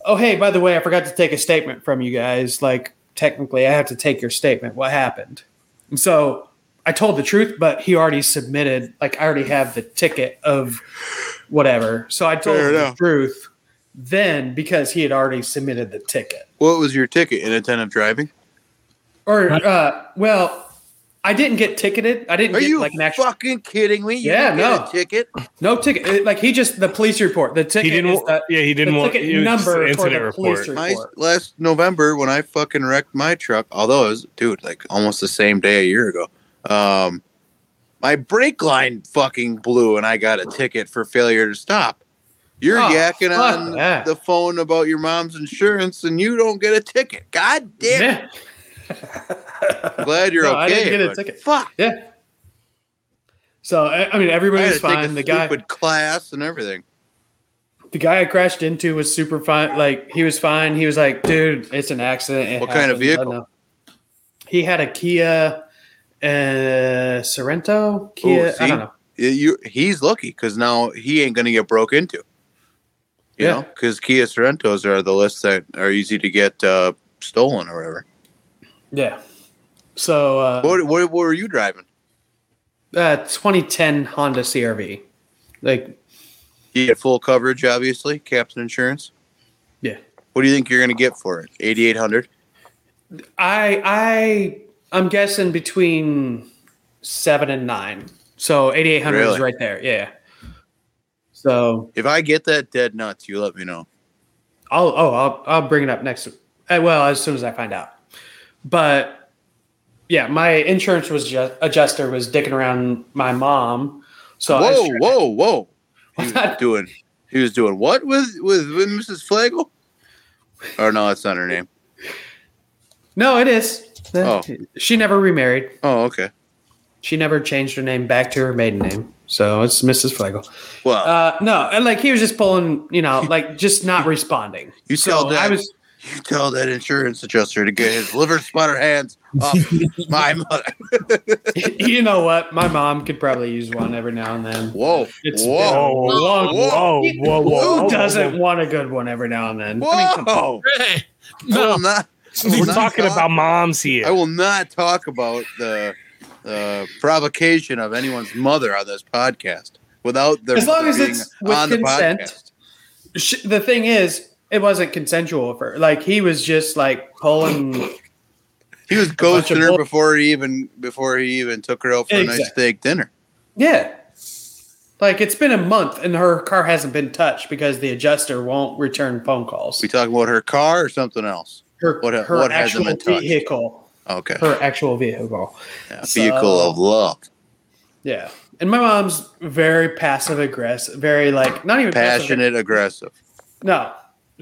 Speaker 4: oh, hey, by the way, I forgot to take a statement from you guys. Like, technically, I have to take your statement. What happened? And so I told the truth, but he already submitted, like, I already have the ticket of whatever. So I told
Speaker 1: Fair
Speaker 4: him the
Speaker 1: enough.
Speaker 4: truth then because he had already submitted the ticket.
Speaker 1: What was your ticket? Inattentive driving?
Speaker 4: Or, uh, well, I didn't get ticketed. I didn't
Speaker 1: Are
Speaker 4: get
Speaker 1: you
Speaker 4: like an actual
Speaker 1: fucking kidding me? You
Speaker 4: Yeah,
Speaker 1: didn't get
Speaker 4: no.
Speaker 1: a ticket.
Speaker 4: no ticket. It- like he just the police report. The ticket.
Speaker 2: He didn't.
Speaker 4: is
Speaker 2: wa-
Speaker 4: the-
Speaker 2: yeah, he didn't
Speaker 4: the
Speaker 2: want
Speaker 4: ticket
Speaker 2: it was just
Speaker 4: number
Speaker 2: an
Speaker 4: for the
Speaker 2: incident
Speaker 4: police
Speaker 2: report.
Speaker 4: report.
Speaker 1: My last November when I fucking wrecked my truck, although it was dude, like almost the same day a year ago. Um my brake line fucking blew and I got a ticket for failure to stop. You're
Speaker 4: Oh,
Speaker 1: yakking
Speaker 4: fuck
Speaker 1: on
Speaker 4: that.
Speaker 1: the phone about your mom's insurance and you don't get a ticket. God damn it.
Speaker 4: Yeah.
Speaker 1: Glad you're
Speaker 4: No,
Speaker 1: okay.
Speaker 4: I didn't get a
Speaker 1: but
Speaker 4: ticket.
Speaker 1: Fuck.
Speaker 4: Yeah. So I, I mean,
Speaker 1: I
Speaker 4: everybody
Speaker 1: had
Speaker 4: was
Speaker 1: to take a
Speaker 4: fine. The guy,
Speaker 1: stupid class and everything.
Speaker 4: the guy I crashed into was super fine. Like he was fine. He was like, "Dude, it's an accident." It
Speaker 1: What kind of
Speaker 4: happens. I
Speaker 1: vehicle?
Speaker 4: know." He had a Kia uh, Sorrento. Kia. I
Speaker 1: see?
Speaker 4: don't know.
Speaker 1: Y- You, he's lucky because now he ain't gonna get broke into. You
Speaker 4: Yeah.
Speaker 1: know, because Kia Sorrentos are the list that are easy to get uh, stolen or whatever.
Speaker 4: Yeah. So uh,
Speaker 1: What, what, what were you driving?
Speaker 4: uh, 2010 Honda CRV. Like
Speaker 1: You get full coverage, obviously, caps and insurance.
Speaker 4: yeah.
Speaker 1: What do you think you're gonna get for it? Eighty eight hundred.
Speaker 4: I I I'm guessing between seven and nine. So eighty eight hundred
Speaker 1: Really?
Speaker 4: is right there. Yeah. So
Speaker 1: If I get that dead nuts, you let me know.
Speaker 4: I'll oh I'll I'll bring it up next. eh, Well, as soon as I find out. But yeah, my insurance was just, adjuster was dicking around my mom. So I was
Speaker 1: Whoa,
Speaker 4: *laughs* trying-
Speaker 1: whoa, whoa! He
Speaker 4: What's
Speaker 1: was
Speaker 4: that?
Speaker 1: doing. He was doing what with with, with Mrs. Flagel? Oh no, that's not her name.
Speaker 4: no, it is.
Speaker 1: Oh.
Speaker 4: She never remarried.
Speaker 1: Oh, okay.
Speaker 4: She never changed her name back to her maiden name. So it's Mrs. Flagel.
Speaker 1: Well,
Speaker 4: Uh, no, and like he was just pulling, you know, like
Speaker 1: *laughs*
Speaker 4: just not responding.
Speaker 1: You
Speaker 4: so
Speaker 1: tell that.
Speaker 4: I was *laughs*
Speaker 1: You tell that insurance adjuster to get his liver sputter hands off
Speaker 4: *laughs*
Speaker 1: my mother.
Speaker 4: you know what? My mom could probably use one every now and then.
Speaker 1: Whoa.
Speaker 4: It's
Speaker 2: Whoa,
Speaker 1: whoa.
Speaker 2: whoa, whoa, whoa, whoa!
Speaker 4: Who
Speaker 2: whoa,
Speaker 4: doesn't
Speaker 2: whoa.
Speaker 4: want a good one every now and then?
Speaker 1: Whoa.
Speaker 4: I mean, come on.
Speaker 3: Hey,
Speaker 1: I will
Speaker 3: no,
Speaker 1: not, I will
Speaker 2: We're
Speaker 1: not
Speaker 2: talking
Speaker 1: talk-
Speaker 2: about moms here.
Speaker 1: I will not talk about the uh, provocation of anyone's mother on this podcast without their
Speaker 4: As long
Speaker 1: mother
Speaker 4: as
Speaker 1: being
Speaker 4: it's with
Speaker 1: on the
Speaker 4: consent.
Speaker 1: podcast.
Speaker 4: Sh- the thing is, it wasn't consensual for like he was just like pulling.
Speaker 1: He was
Speaker 4: bunch of
Speaker 1: ghosting her
Speaker 4: bull-
Speaker 1: before he even before he even took her out for a nice
Speaker 4: Exactly.
Speaker 1: steak dinner.
Speaker 4: yeah, like it's been a month and her car hasn't been touched because the adjuster won't return phone calls.
Speaker 1: We talking about her car or something else?
Speaker 4: Her,
Speaker 1: What- uh,
Speaker 4: her
Speaker 1: what hasn't
Speaker 4: actual
Speaker 1: been touched?
Speaker 4: vehicle.
Speaker 1: Okay,
Speaker 4: Her actual vehicle.
Speaker 1: Yeah, vehicle of love.
Speaker 4: Yeah. And my mom's very passive aggressive, very like not even passive-
Speaker 1: Passionate, aggressive.
Speaker 4: No,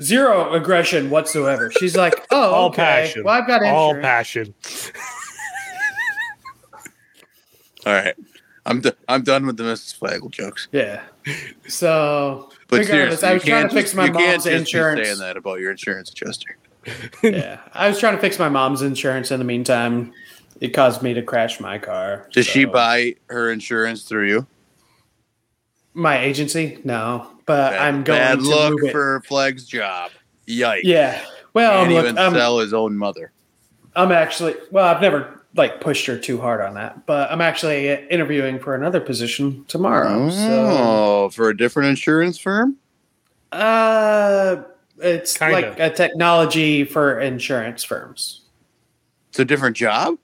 Speaker 4: zero aggression whatsoever. She's like, *laughs* oh,
Speaker 2: All
Speaker 4: okay.
Speaker 2: passion.
Speaker 4: Well, I've got insurance.
Speaker 2: all passion.
Speaker 1: All right, I'm d- I'm done with the Mrs. Flagel jokes.
Speaker 4: Yeah. So,
Speaker 1: But
Speaker 4: regardless,
Speaker 1: seriously,
Speaker 4: I
Speaker 1: you
Speaker 4: was trying
Speaker 1: can't
Speaker 4: to fix
Speaker 1: just-
Speaker 4: my
Speaker 1: you can't
Speaker 4: mom's
Speaker 1: just be
Speaker 4: insurance.
Speaker 1: saying that about your insurance adjuster.
Speaker 4: Yeah, I was trying to fix my mom's insurance. In the meantime, it caused me to crash my car.
Speaker 1: Does she
Speaker 4: So-
Speaker 1: buy her insurance through you?
Speaker 4: my agency? No, but
Speaker 1: Bad-
Speaker 4: I'm going
Speaker 1: Bad
Speaker 4: to
Speaker 1: luck
Speaker 4: move it.
Speaker 1: for Flag's job. Yikes!
Speaker 4: yeah. Well,
Speaker 1: Can't
Speaker 4: I'm,
Speaker 1: even
Speaker 4: look, I'm,
Speaker 1: sell his own mother.
Speaker 4: I'm actually well, I've never like pushed her too hard on that, but I'm actually interviewing for another position tomorrow. So
Speaker 1: Oh, for a different insurance firm?
Speaker 4: uh it's
Speaker 2: Kinda.
Speaker 4: like a technology for insurance firms.
Speaker 1: It's a different job?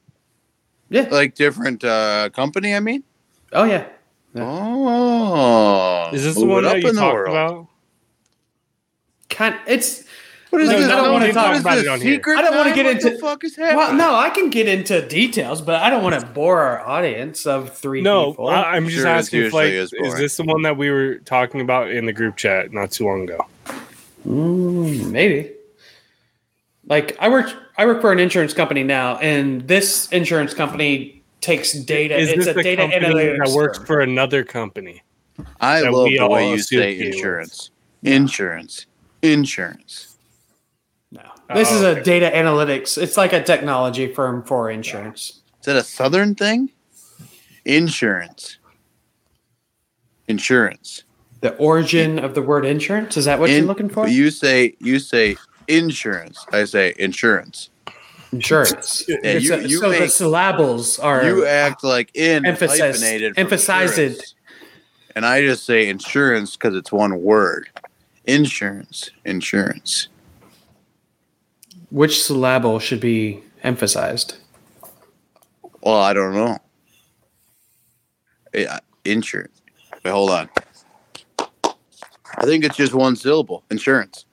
Speaker 4: Yeah.
Speaker 1: Like different uh, company, I mean?
Speaker 4: Oh yeah. Yeah.
Speaker 1: Oh.
Speaker 2: Is this the
Speaker 1: Move
Speaker 2: one
Speaker 1: it up
Speaker 2: that you
Speaker 1: in the
Speaker 2: talked
Speaker 1: world.
Speaker 2: about?
Speaker 4: Kind it's
Speaker 1: What is
Speaker 4: No,
Speaker 1: this?
Speaker 4: I don't
Speaker 1: What
Speaker 4: wanna
Speaker 1: is
Speaker 4: talk
Speaker 1: this,
Speaker 2: about it on here.
Speaker 1: secret
Speaker 4: I don't wanna
Speaker 1: time?
Speaker 4: get
Speaker 1: What
Speaker 4: into-
Speaker 1: the fuck is
Speaker 4: well,
Speaker 1: happening.
Speaker 4: no, I can get into details, but I don't want to bore our audience of three
Speaker 2: No,
Speaker 4: people.
Speaker 2: I, I'm just
Speaker 1: Sure, it's
Speaker 2: asking. If,
Speaker 1: usually
Speaker 2: like,
Speaker 1: is
Speaker 2: is,
Speaker 1: boring.
Speaker 2: this the one that we were talking about in the group chat not too long ago?
Speaker 4: Mm, maybe. Like I work, I work for an insurance company now, and this insurance company takes data.
Speaker 2: Is
Speaker 4: it's
Speaker 2: this
Speaker 4: a
Speaker 2: the
Speaker 4: data
Speaker 2: company
Speaker 4: analytics
Speaker 2: that works
Speaker 4: firm.
Speaker 2: for another company?
Speaker 1: I
Speaker 2: that
Speaker 1: love
Speaker 2: we
Speaker 1: the way
Speaker 2: all
Speaker 1: you say
Speaker 2: associate with.
Speaker 1: insurance. Insurance. Insurance.
Speaker 4: No, this is
Speaker 2: Oh,
Speaker 4: a
Speaker 2: okay.
Speaker 4: data analytics. It's like a technology firm for insurance.
Speaker 1: Is that a southern thing? Insurance. Insurance.
Speaker 4: The origin of the word insurance is that what
Speaker 1: In-
Speaker 4: you're looking for?
Speaker 1: but You say you say insurance. I say insurance.
Speaker 4: insurance.
Speaker 2: Yeah,
Speaker 4: It's
Speaker 1: you-
Speaker 4: a-
Speaker 1: you
Speaker 4: so the
Speaker 1: make-
Speaker 4: syllables are
Speaker 1: You act like in
Speaker 4: Emphasis.
Speaker 1: hyphenated from
Speaker 4: Emphasize it.
Speaker 1: insurance. And I just say insurance because it's one word. Insurance. Insurance.
Speaker 4: which syllable should be emphasized.
Speaker 1: Well, I don't know. Yeah, insurance. Wait, hold on. I think it's just one syllable. Insurance.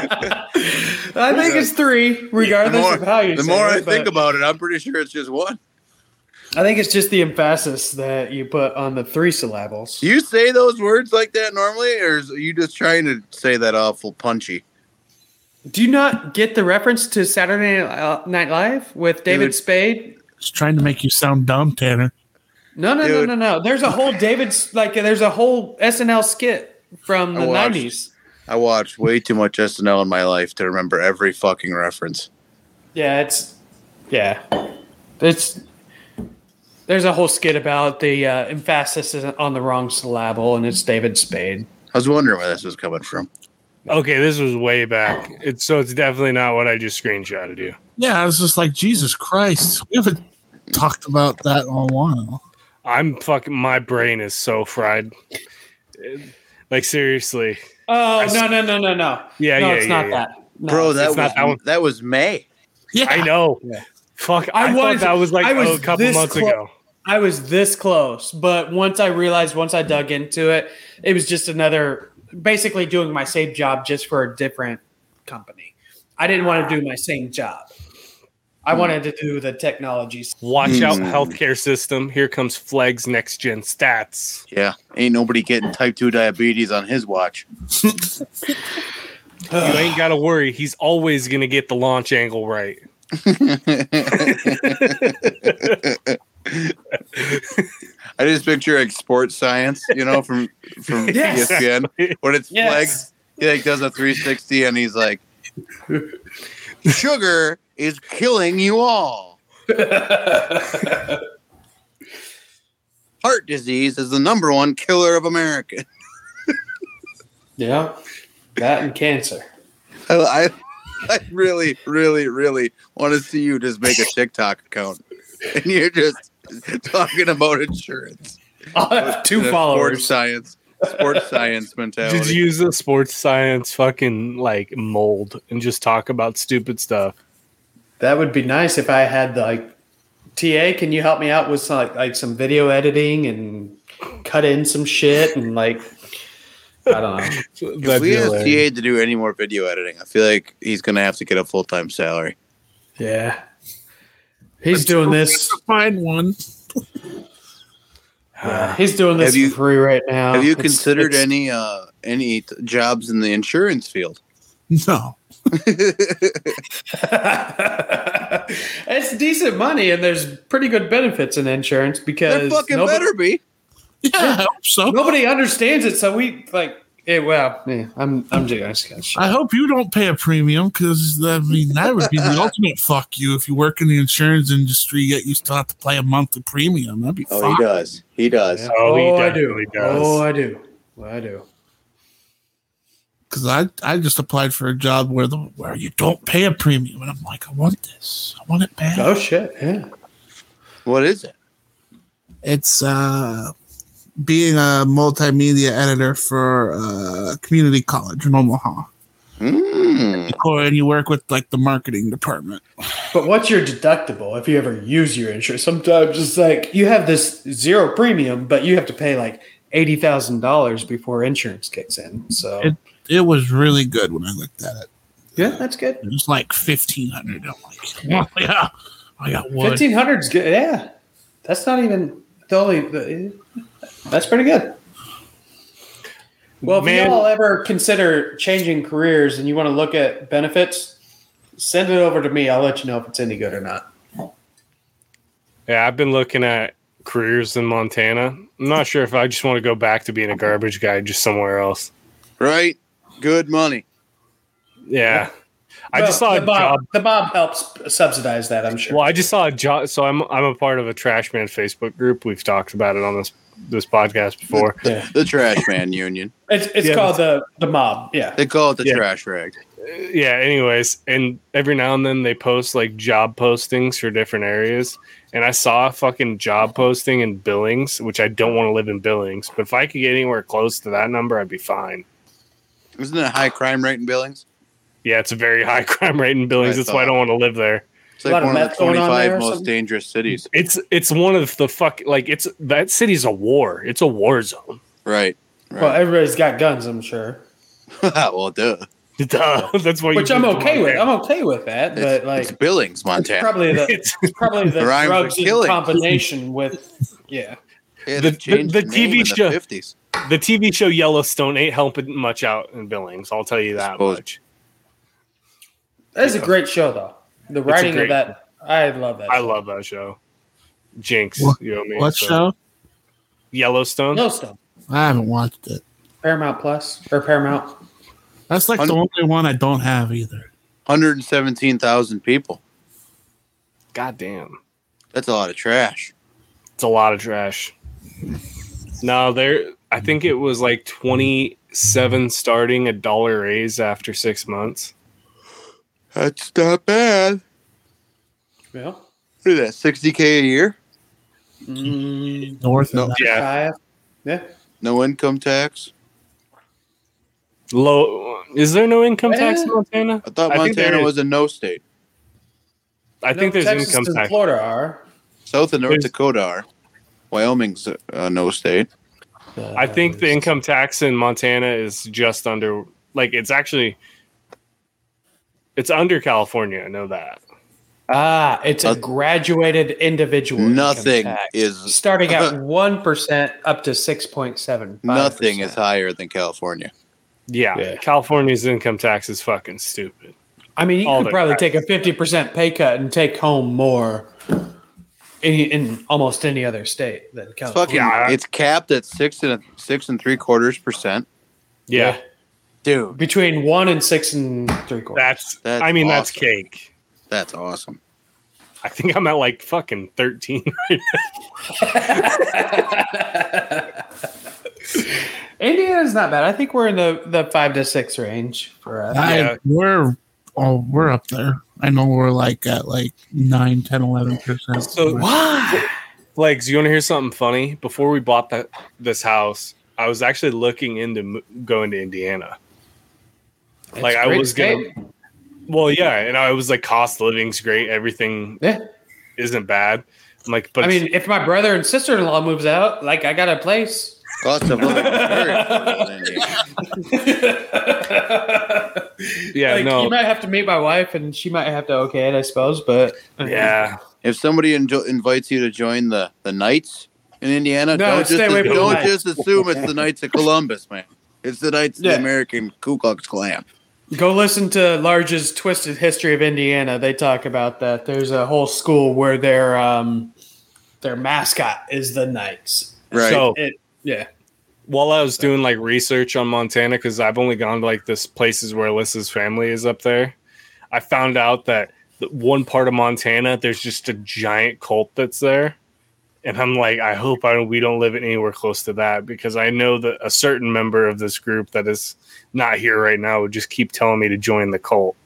Speaker 4: I think it's three, regardless
Speaker 1: more-
Speaker 4: of how you
Speaker 1: The
Speaker 4: say
Speaker 1: more
Speaker 4: it,
Speaker 1: I
Speaker 4: but-
Speaker 1: think about it, I'm pretty sure it's just one.
Speaker 4: I think it's just the emphasis that you put on the three syllables.
Speaker 1: Do you say those words like that normally, or is- are you just trying to say that awful punchy?
Speaker 4: Do you not get the reference to Saturday Night Live with David
Speaker 1: Dude.
Speaker 4: Spade?
Speaker 3: Just trying to make you sound dumb, Tanner.
Speaker 4: No, no,
Speaker 1: Dude.
Speaker 4: no, no, no. There's a whole David's like there's a whole SNL skit from
Speaker 1: I
Speaker 4: the
Speaker 1: watched.
Speaker 4: '90s.
Speaker 1: I watched way too much SNL in my life to remember every fucking reference.
Speaker 4: Yeah, it's yeah, it's there's a whole skit about the uh, emphasis is on the wrong syllable, and it's David Spade.
Speaker 1: I was wondering where this was coming from.
Speaker 2: Okay, this was way back. It's so it's definitely not what I just screenshotted you.
Speaker 3: Yeah, I was just like, Jesus Christ. We haven't talked about that in a while.
Speaker 2: I'm fucking. My brain is so fried. Like seriously,
Speaker 4: Oh
Speaker 2: s-
Speaker 4: no, no, no, no, no.
Speaker 2: Yeah,
Speaker 4: no,
Speaker 2: yeah,
Speaker 4: it's
Speaker 2: yeah, yeah.
Speaker 4: not that, no,
Speaker 1: Bro, that
Speaker 2: it's
Speaker 1: was
Speaker 2: not that one.
Speaker 1: that was May.
Speaker 3: Yeah.
Speaker 2: I
Speaker 4: *laughs*
Speaker 2: know. Fuck,
Speaker 4: I
Speaker 2: I, thought
Speaker 4: was-
Speaker 2: that was like
Speaker 4: I was
Speaker 2: a couple
Speaker 4: this
Speaker 2: months
Speaker 4: clo-
Speaker 2: ago.
Speaker 4: I was this close, but once I realized, once I dug into it, it was just another basically doing my same job just for a different company. I didn't want to do my same job. I wanted to do the technologies.
Speaker 2: Watch out,
Speaker 1: Mm.
Speaker 2: healthcare system. Here comes Flags next gen
Speaker 4: *sighs*
Speaker 2: stats.
Speaker 1: Yeah, ain't nobody getting type two diabetes on his watch.
Speaker 2: You ain't got to worry. He's always going to get the launch angle right.
Speaker 1: *laughs* I just picture like sports science, you know, from from
Speaker 4: *laughs*
Speaker 1: E
Speaker 4: Yes.
Speaker 1: ESPN when it's
Speaker 4: Yes.
Speaker 1: flags. He like does a 360 and he's like, "Sugar is killing you
Speaker 4: *laughs*
Speaker 1: all. Heart disease is the number one killer of America."
Speaker 4: Yeah, that and *laughs* cancer.
Speaker 1: I, *laughs* I, I really, really, really want to see you just make a TikTok account and you're just talking about insurance.
Speaker 4: I'll have two
Speaker 1: You know, Sports
Speaker 4: followers.
Speaker 1: science. Sports science mentality.
Speaker 2: Just use the sports science fucking like mold and just talk about stupid stuff.
Speaker 4: That would be nice if I had the, like TA. Can you help me out with some, like like some video editing and cut in some shit and like I don't know.
Speaker 1: if
Speaker 2: That'd
Speaker 1: we
Speaker 2: be
Speaker 1: ask
Speaker 2: hilarious.
Speaker 1: TA to do any more video editing, I feel like he's gonna have to get a full time salary.
Speaker 4: Yeah, he's doing this.
Speaker 3: Find one.
Speaker 4: Yeah, *sighs* he's doing this
Speaker 1: Have you-
Speaker 4: for free right now.
Speaker 1: have you
Speaker 4: Oh, It's-
Speaker 1: considered
Speaker 4: it's-
Speaker 1: any uh any t- jobs in the insurance field?
Speaker 3: No.
Speaker 4: *laughs* it's decent money, and there's pretty good benefits in insurance
Speaker 1: There
Speaker 4: because
Speaker 1: fucking
Speaker 4: nobody,
Speaker 1: better be.
Speaker 3: Yeah, I hope so.
Speaker 4: nobody understands it. So we like. Yeah, well, yeah, I'm I'm just gonna
Speaker 3: I hope you don't pay a premium because I mean that would be the ultimate fuck you if you work in the insurance industry yet you still have to pay a monthly premium. That'd be
Speaker 1: Oh,
Speaker 3: fuck.
Speaker 1: he does. He does.
Speaker 2: Oh, he
Speaker 4: I
Speaker 2: definitely
Speaker 4: do.
Speaker 2: does.
Speaker 4: Oh, I do. I do.
Speaker 3: because I, I just applied for a job where the where you don't pay a premium, and I'm like, I want this, I want it bad.
Speaker 4: Oh shit! Yeah.
Speaker 1: What is it?
Speaker 3: It's uh, being a multimedia editor for uh, community college in Omaha,
Speaker 2: Hmm.
Speaker 1: Mm.
Speaker 3: or and you work with like the marketing department.
Speaker 4: But what's your deductible if you ever use your insurance? Sometimes it's like you have this zero premium, but you have to pay like eighty thousand dollars before insurance kicks in. So
Speaker 3: It it was really good when I looked at it.
Speaker 4: yeah, that's good.
Speaker 3: It was like fifteen hundred. I'm like, oh, yeah, *laughs* I got wood.
Speaker 4: Fifteen hundred's good. Yeah, that's not even the only. The, that's pretty good. Well, if
Speaker 2: Man.
Speaker 4: you all ever consider changing careers and you want to look at benefits, send it over to me. I'll let you know if it's any good or not.
Speaker 2: Yeah, I've been looking at careers in Montana. I'm not sure if I just want to go back to being a garbage guy just somewhere else.
Speaker 1: Right? Good money.
Speaker 2: Yeah. I just
Speaker 4: Well,
Speaker 2: saw a
Speaker 4: the Bob.
Speaker 2: job.
Speaker 4: The Bob helps subsidize that. I'm sure.
Speaker 2: Well, I just saw a job. So I'm I'm a part of a trash man Facebook group. We've talked about it on this this podcast before.
Speaker 4: Yeah.
Speaker 1: The trash man union.
Speaker 4: It's, it's
Speaker 2: Yeah,
Speaker 4: called the the mob. Yeah.
Speaker 1: They call it the
Speaker 2: Yeah.
Speaker 1: trash rag.
Speaker 2: yeah anyways and every now and then they post like job postings for different areas and i saw a fucking job posting in billings which i don't want to live in billings but if i could get anywhere close to that number i'd be fine
Speaker 1: Isn't it a high crime rate in Billings?
Speaker 2: yeah it's a very high *laughs* crime rate in billings
Speaker 1: I
Speaker 2: that's why i
Speaker 1: thought-
Speaker 2: don't want to live there
Speaker 1: It's
Speaker 4: A
Speaker 1: like
Speaker 4: lot of
Speaker 1: one of the
Speaker 4: meth going on
Speaker 1: 25
Speaker 4: there or
Speaker 1: most
Speaker 4: something?
Speaker 1: dangerous cities.
Speaker 2: it's it's one of the fuck like it's that city's a war it's a war zone *laughs*
Speaker 1: Right.
Speaker 4: Well,
Speaker 1: Right.
Speaker 4: everybody's got guns. I'm sure.
Speaker 1: *laughs* Well, duh.
Speaker 2: Duh. that's why you
Speaker 4: Which I'm
Speaker 2: moved to
Speaker 4: okay with. I'm
Speaker 2: Montana.
Speaker 4: okay with that.
Speaker 1: It's,
Speaker 4: But
Speaker 1: it's
Speaker 4: like,
Speaker 1: Billings,
Speaker 4: it's
Speaker 1: Montana.
Speaker 4: probably the
Speaker 2: *laughs* It's-
Speaker 4: it's probably the
Speaker 1: Rhymes with
Speaker 4: drugs in
Speaker 1: killing.
Speaker 2: *laughs*
Speaker 4: combination with yeah.
Speaker 1: Yeah,
Speaker 2: the-
Speaker 1: they changed
Speaker 2: the- the
Speaker 1: name
Speaker 2: TV
Speaker 1: in
Speaker 2: show.
Speaker 1: The 50s.
Speaker 2: the tv show yellowstone ain't helping much out in billings i'll tell you that
Speaker 1: Suppose-
Speaker 2: much
Speaker 4: That is a great show though. The writing
Speaker 2: great-
Speaker 4: of that, I love that.
Speaker 2: i
Speaker 4: show.
Speaker 2: love that show jinx
Speaker 3: What-
Speaker 2: you know what, I mean?
Speaker 3: What
Speaker 2: So-
Speaker 3: show?
Speaker 2: Yellowstone.
Speaker 4: Yellowstone,
Speaker 3: I haven't watched it.
Speaker 4: Paramount Plus or Paramount.
Speaker 3: That's like the
Speaker 1: Hundred-
Speaker 3: only one I don't have either.
Speaker 1: 117,000 people.
Speaker 2: God damn,
Speaker 1: That's a lot of trash.
Speaker 2: it's a lot of trash. No, there. I think it was like twenty seven starting a dollar raise after six months.
Speaker 1: That's not bad.
Speaker 4: Yeah.
Speaker 1: What is that, 60K a year?
Speaker 4: Mm,
Speaker 3: North.
Speaker 1: No.
Speaker 3: of that.
Speaker 2: Yeah,
Speaker 4: five. Yeah.
Speaker 1: No income tax?
Speaker 2: low. Is there no income tax in
Speaker 4: Eh.
Speaker 2: Montana?
Speaker 1: I thought
Speaker 2: I think
Speaker 1: Montana
Speaker 2: there is.
Speaker 1: was a no state.
Speaker 2: I think
Speaker 4: No,
Speaker 2: there's
Speaker 4: Texas
Speaker 2: income
Speaker 4: and
Speaker 2: tax.
Speaker 4: Florida are.
Speaker 1: South and North
Speaker 2: There's-
Speaker 1: Dakota are. Wyoming's a, a no state.
Speaker 2: I think the income tax in Montana is just under. Like it's actually, it's under California. I know that.
Speaker 4: Ah, it's a
Speaker 1: Uh,
Speaker 4: graduated individual. income
Speaker 1: Nothing
Speaker 4: tax.
Speaker 1: is-
Speaker 4: starting
Speaker 1: *laughs*
Speaker 4: at one percent up to six point seven.
Speaker 1: Nothing is higher than California.
Speaker 2: Yeah,
Speaker 4: Yeah.
Speaker 2: California's income tax is fucking stupid.
Speaker 4: I mean, you
Speaker 2: All the
Speaker 4: could probably
Speaker 2: crap.
Speaker 4: take a fifty percent pay cut and take home more in, in almost any other state than
Speaker 1: Fucking,
Speaker 4: California.
Speaker 2: Yeah.
Speaker 1: it's capped at six and six and three quarters percent.
Speaker 2: Yeah,
Speaker 1: Dude,
Speaker 4: between one and six and three quarters.
Speaker 2: that's.
Speaker 1: That's
Speaker 2: I mean, that's
Speaker 1: awesome.
Speaker 2: cake.
Speaker 1: that's awesome.
Speaker 2: I think I'm at like fucking 13.
Speaker 4: *laughs* Indiana's not bad. I think we're in the, the five to six range for us.
Speaker 3: I,
Speaker 2: Yeah.
Speaker 3: We're oh, we're up there. I know we're like at like 9, 10, 11 percent.
Speaker 2: *laughs* So- Legs, you want to hear something funny? Before we bought that this house, I was actually looking into mo- going to Indiana.
Speaker 4: It's
Speaker 2: like, I
Speaker 4: great
Speaker 2: was
Speaker 4: state.
Speaker 2: Well, yeah, and I was like, cost of living's great, everything
Speaker 4: Yeah.
Speaker 2: isn't bad. I'm like, but
Speaker 4: I
Speaker 2: it's-
Speaker 4: mean, if my brother and sister in law moves out, like I got a place.
Speaker 1: Cost of living. is very affordable in Indiana.
Speaker 2: *laughs* yeah,
Speaker 4: like,
Speaker 2: no,
Speaker 4: You might have to meet my wife, and she might have to okay it, I suppose. But
Speaker 2: yeah,
Speaker 1: if somebody injo- invites you to join the the Knights in Indiana,
Speaker 4: No,
Speaker 1: don't,
Speaker 4: stay
Speaker 1: just,
Speaker 4: away from the
Speaker 1: don't
Speaker 4: Knights.
Speaker 1: just assume it's the Knights of Columbus, man. It's the Knights
Speaker 4: Yeah.
Speaker 1: of the American Ku Klux Klan.
Speaker 4: Go listen to Large's Twisted History of Indiana. They talk about that. There's a whole school where their um, their mascot is the Knights.
Speaker 1: Right.
Speaker 2: So-
Speaker 4: It, yeah.
Speaker 2: while I was doing like research on Montana, because I've only gone to like this places where Alyssa's family is up there, I found out that the one part of Montana, there's just a giant cult that's there And I'm like, I hope I, we don't live anywhere close to that because I know that a certain member of this group that is not here right now would just keep telling me to join the cult.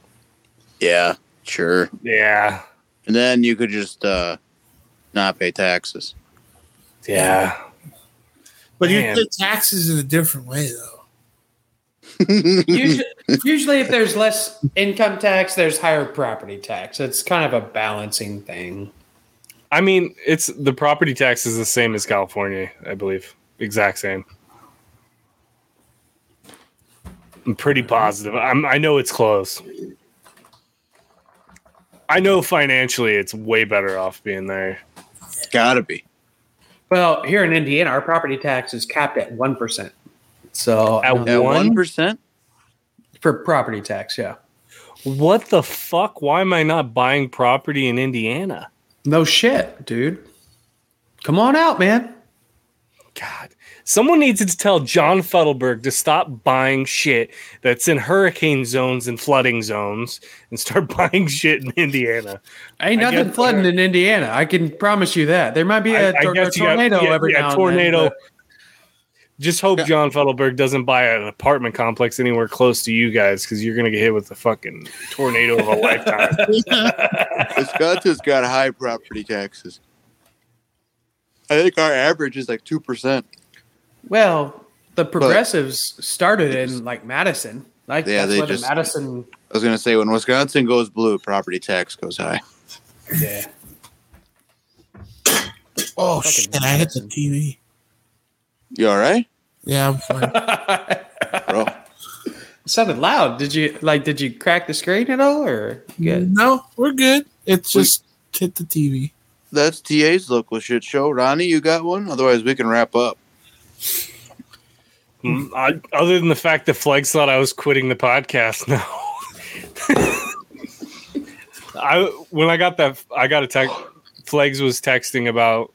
Speaker 1: Yeah, sure.
Speaker 2: Yeah.
Speaker 1: And then you could just uh, not pay taxes.
Speaker 2: Yeah.
Speaker 3: But you
Speaker 2: Man.
Speaker 3: pay taxes in a different way, though.
Speaker 2: *laughs*
Speaker 4: usually, usually if there's less income tax there's higher property tax it's kind of a balancing thing
Speaker 2: I mean, it's the property tax is the same as California, I believe. Exact same. I'm pretty positive. I'm, I know it's close. I know financially it's way better off being there.
Speaker 1: It's gotta be.
Speaker 4: well here in indiana our property tax is capped at 1% so um,
Speaker 2: At
Speaker 1: At one
Speaker 2: one?
Speaker 1: percent?
Speaker 4: for property tax yeah
Speaker 2: What the fuck? Why am I not buying property in Indiana?
Speaker 4: no shit dude come on out man
Speaker 2: God, someone needs to tell John Fuddleberg to stop buying shit that's in hurricane zones and flooding zones and start *laughs* buying shit in Indiana.
Speaker 4: ain't
Speaker 2: I
Speaker 4: nothing
Speaker 2: guess-
Speaker 4: flooding in indiana i can promise you that there might be a,
Speaker 2: I- I
Speaker 4: tor-
Speaker 2: guess
Speaker 4: a
Speaker 2: you got-
Speaker 4: tornado
Speaker 2: yeah,
Speaker 4: every
Speaker 2: yeah,
Speaker 4: now and
Speaker 2: tornado.
Speaker 4: then, but-
Speaker 2: Just hope John Fuddleberg doesn't buy an apartment complex anywhere close to you guys because you're gonna get hit with a fucking tornado of a *laughs* lifetime.
Speaker 1: Wisconsin's got high property taxes. I think our average is like two percent.
Speaker 4: Well, the progressives started in like Madison. Like
Speaker 1: Yeah,
Speaker 4: that's
Speaker 1: they
Speaker 4: where the
Speaker 1: just-
Speaker 4: Madison.
Speaker 1: I was gonna say when Wisconsin goes blue, property tax goes high.
Speaker 4: Yeah.
Speaker 3: Oh
Speaker 4: Fucking
Speaker 3: shit! I hit the TV.
Speaker 1: You all right,
Speaker 3: Yeah, I'm fine. *laughs*
Speaker 1: bro?
Speaker 4: It sounded loud. Did you like? Did you crack the screen at all, or good?
Speaker 3: No, we're good. It's
Speaker 1: We-
Speaker 3: just hit the TV.
Speaker 1: That's TA's local shit show. Ronnie, you got one? Otherwise, we can wrap up.
Speaker 2: Mm, I, other than the fact that Flex thought I was quitting the podcast *laughs* now. I when I got that I got a text Flegs was texting about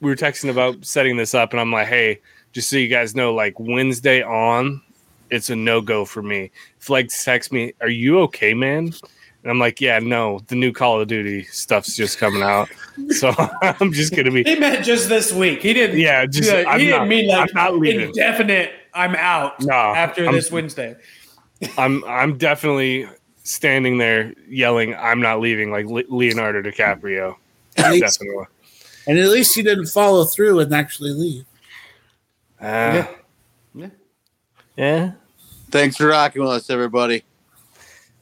Speaker 2: we were texting about setting this up and I'm like, "Hey, just so you guys know like Wednesday on, it's a no-go for me." Flegs texts me, "Are you okay, man?" And I'm like, "Yeah, no. The new Call of Duty stuff's just coming out." So *laughs* I'm just going to be
Speaker 4: He meant just this week. He didn't.
Speaker 2: Yeah, just-
Speaker 4: he
Speaker 2: I'm
Speaker 4: didn't
Speaker 2: not-
Speaker 4: mean like
Speaker 2: I'm not leaving.
Speaker 4: indefinite. I'm out.
Speaker 2: No,
Speaker 4: after
Speaker 2: I'm-
Speaker 4: this Wednesday.
Speaker 2: I'm I'm definitely standing there yelling, "I'm not leaving!" Like Le- Leonardo DiCaprio.
Speaker 3: At least,
Speaker 2: definitely.
Speaker 3: and at least you didn't follow through and actually leave.
Speaker 2: Uh,
Speaker 4: Yeah.
Speaker 2: yeah.
Speaker 1: Thanks for rocking with us, everybody.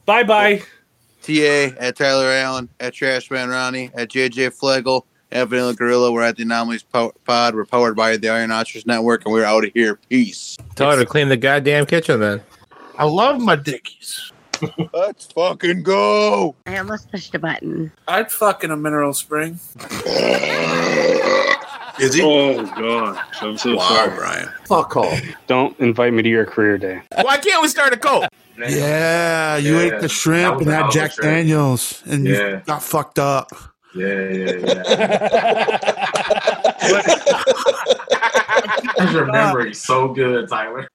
Speaker 2: Bye bye.
Speaker 1: TA at Tyler Allen, at Trashman Ronnie, at JJ Flegel, at Vanilla Gorilla. We're at the Anomalies po- Pod. We're powered by the Iron Ostrich Network, and we're out of here. Peace.
Speaker 6: Tell her to clean the goddamn kitchen then.
Speaker 3: I love my dickies.
Speaker 1: Let's fucking go.
Speaker 7: I almost pushed a button.
Speaker 3: I'd fuck in a mineral spring.
Speaker 8: Is he?
Speaker 2: Oh god, I'm so
Speaker 8: Brian.
Speaker 6: Fuck off.
Speaker 2: Don't invite me to your career day.
Speaker 6: Why can't we start a cult?
Speaker 8: Yeah,
Speaker 9: you ate the shrimp and had Jack
Speaker 8: Daniels, and
Speaker 9: you
Speaker 8: got fucked up.
Speaker 9: Yeah, yeah, yeah. I remember it so good, Tyler.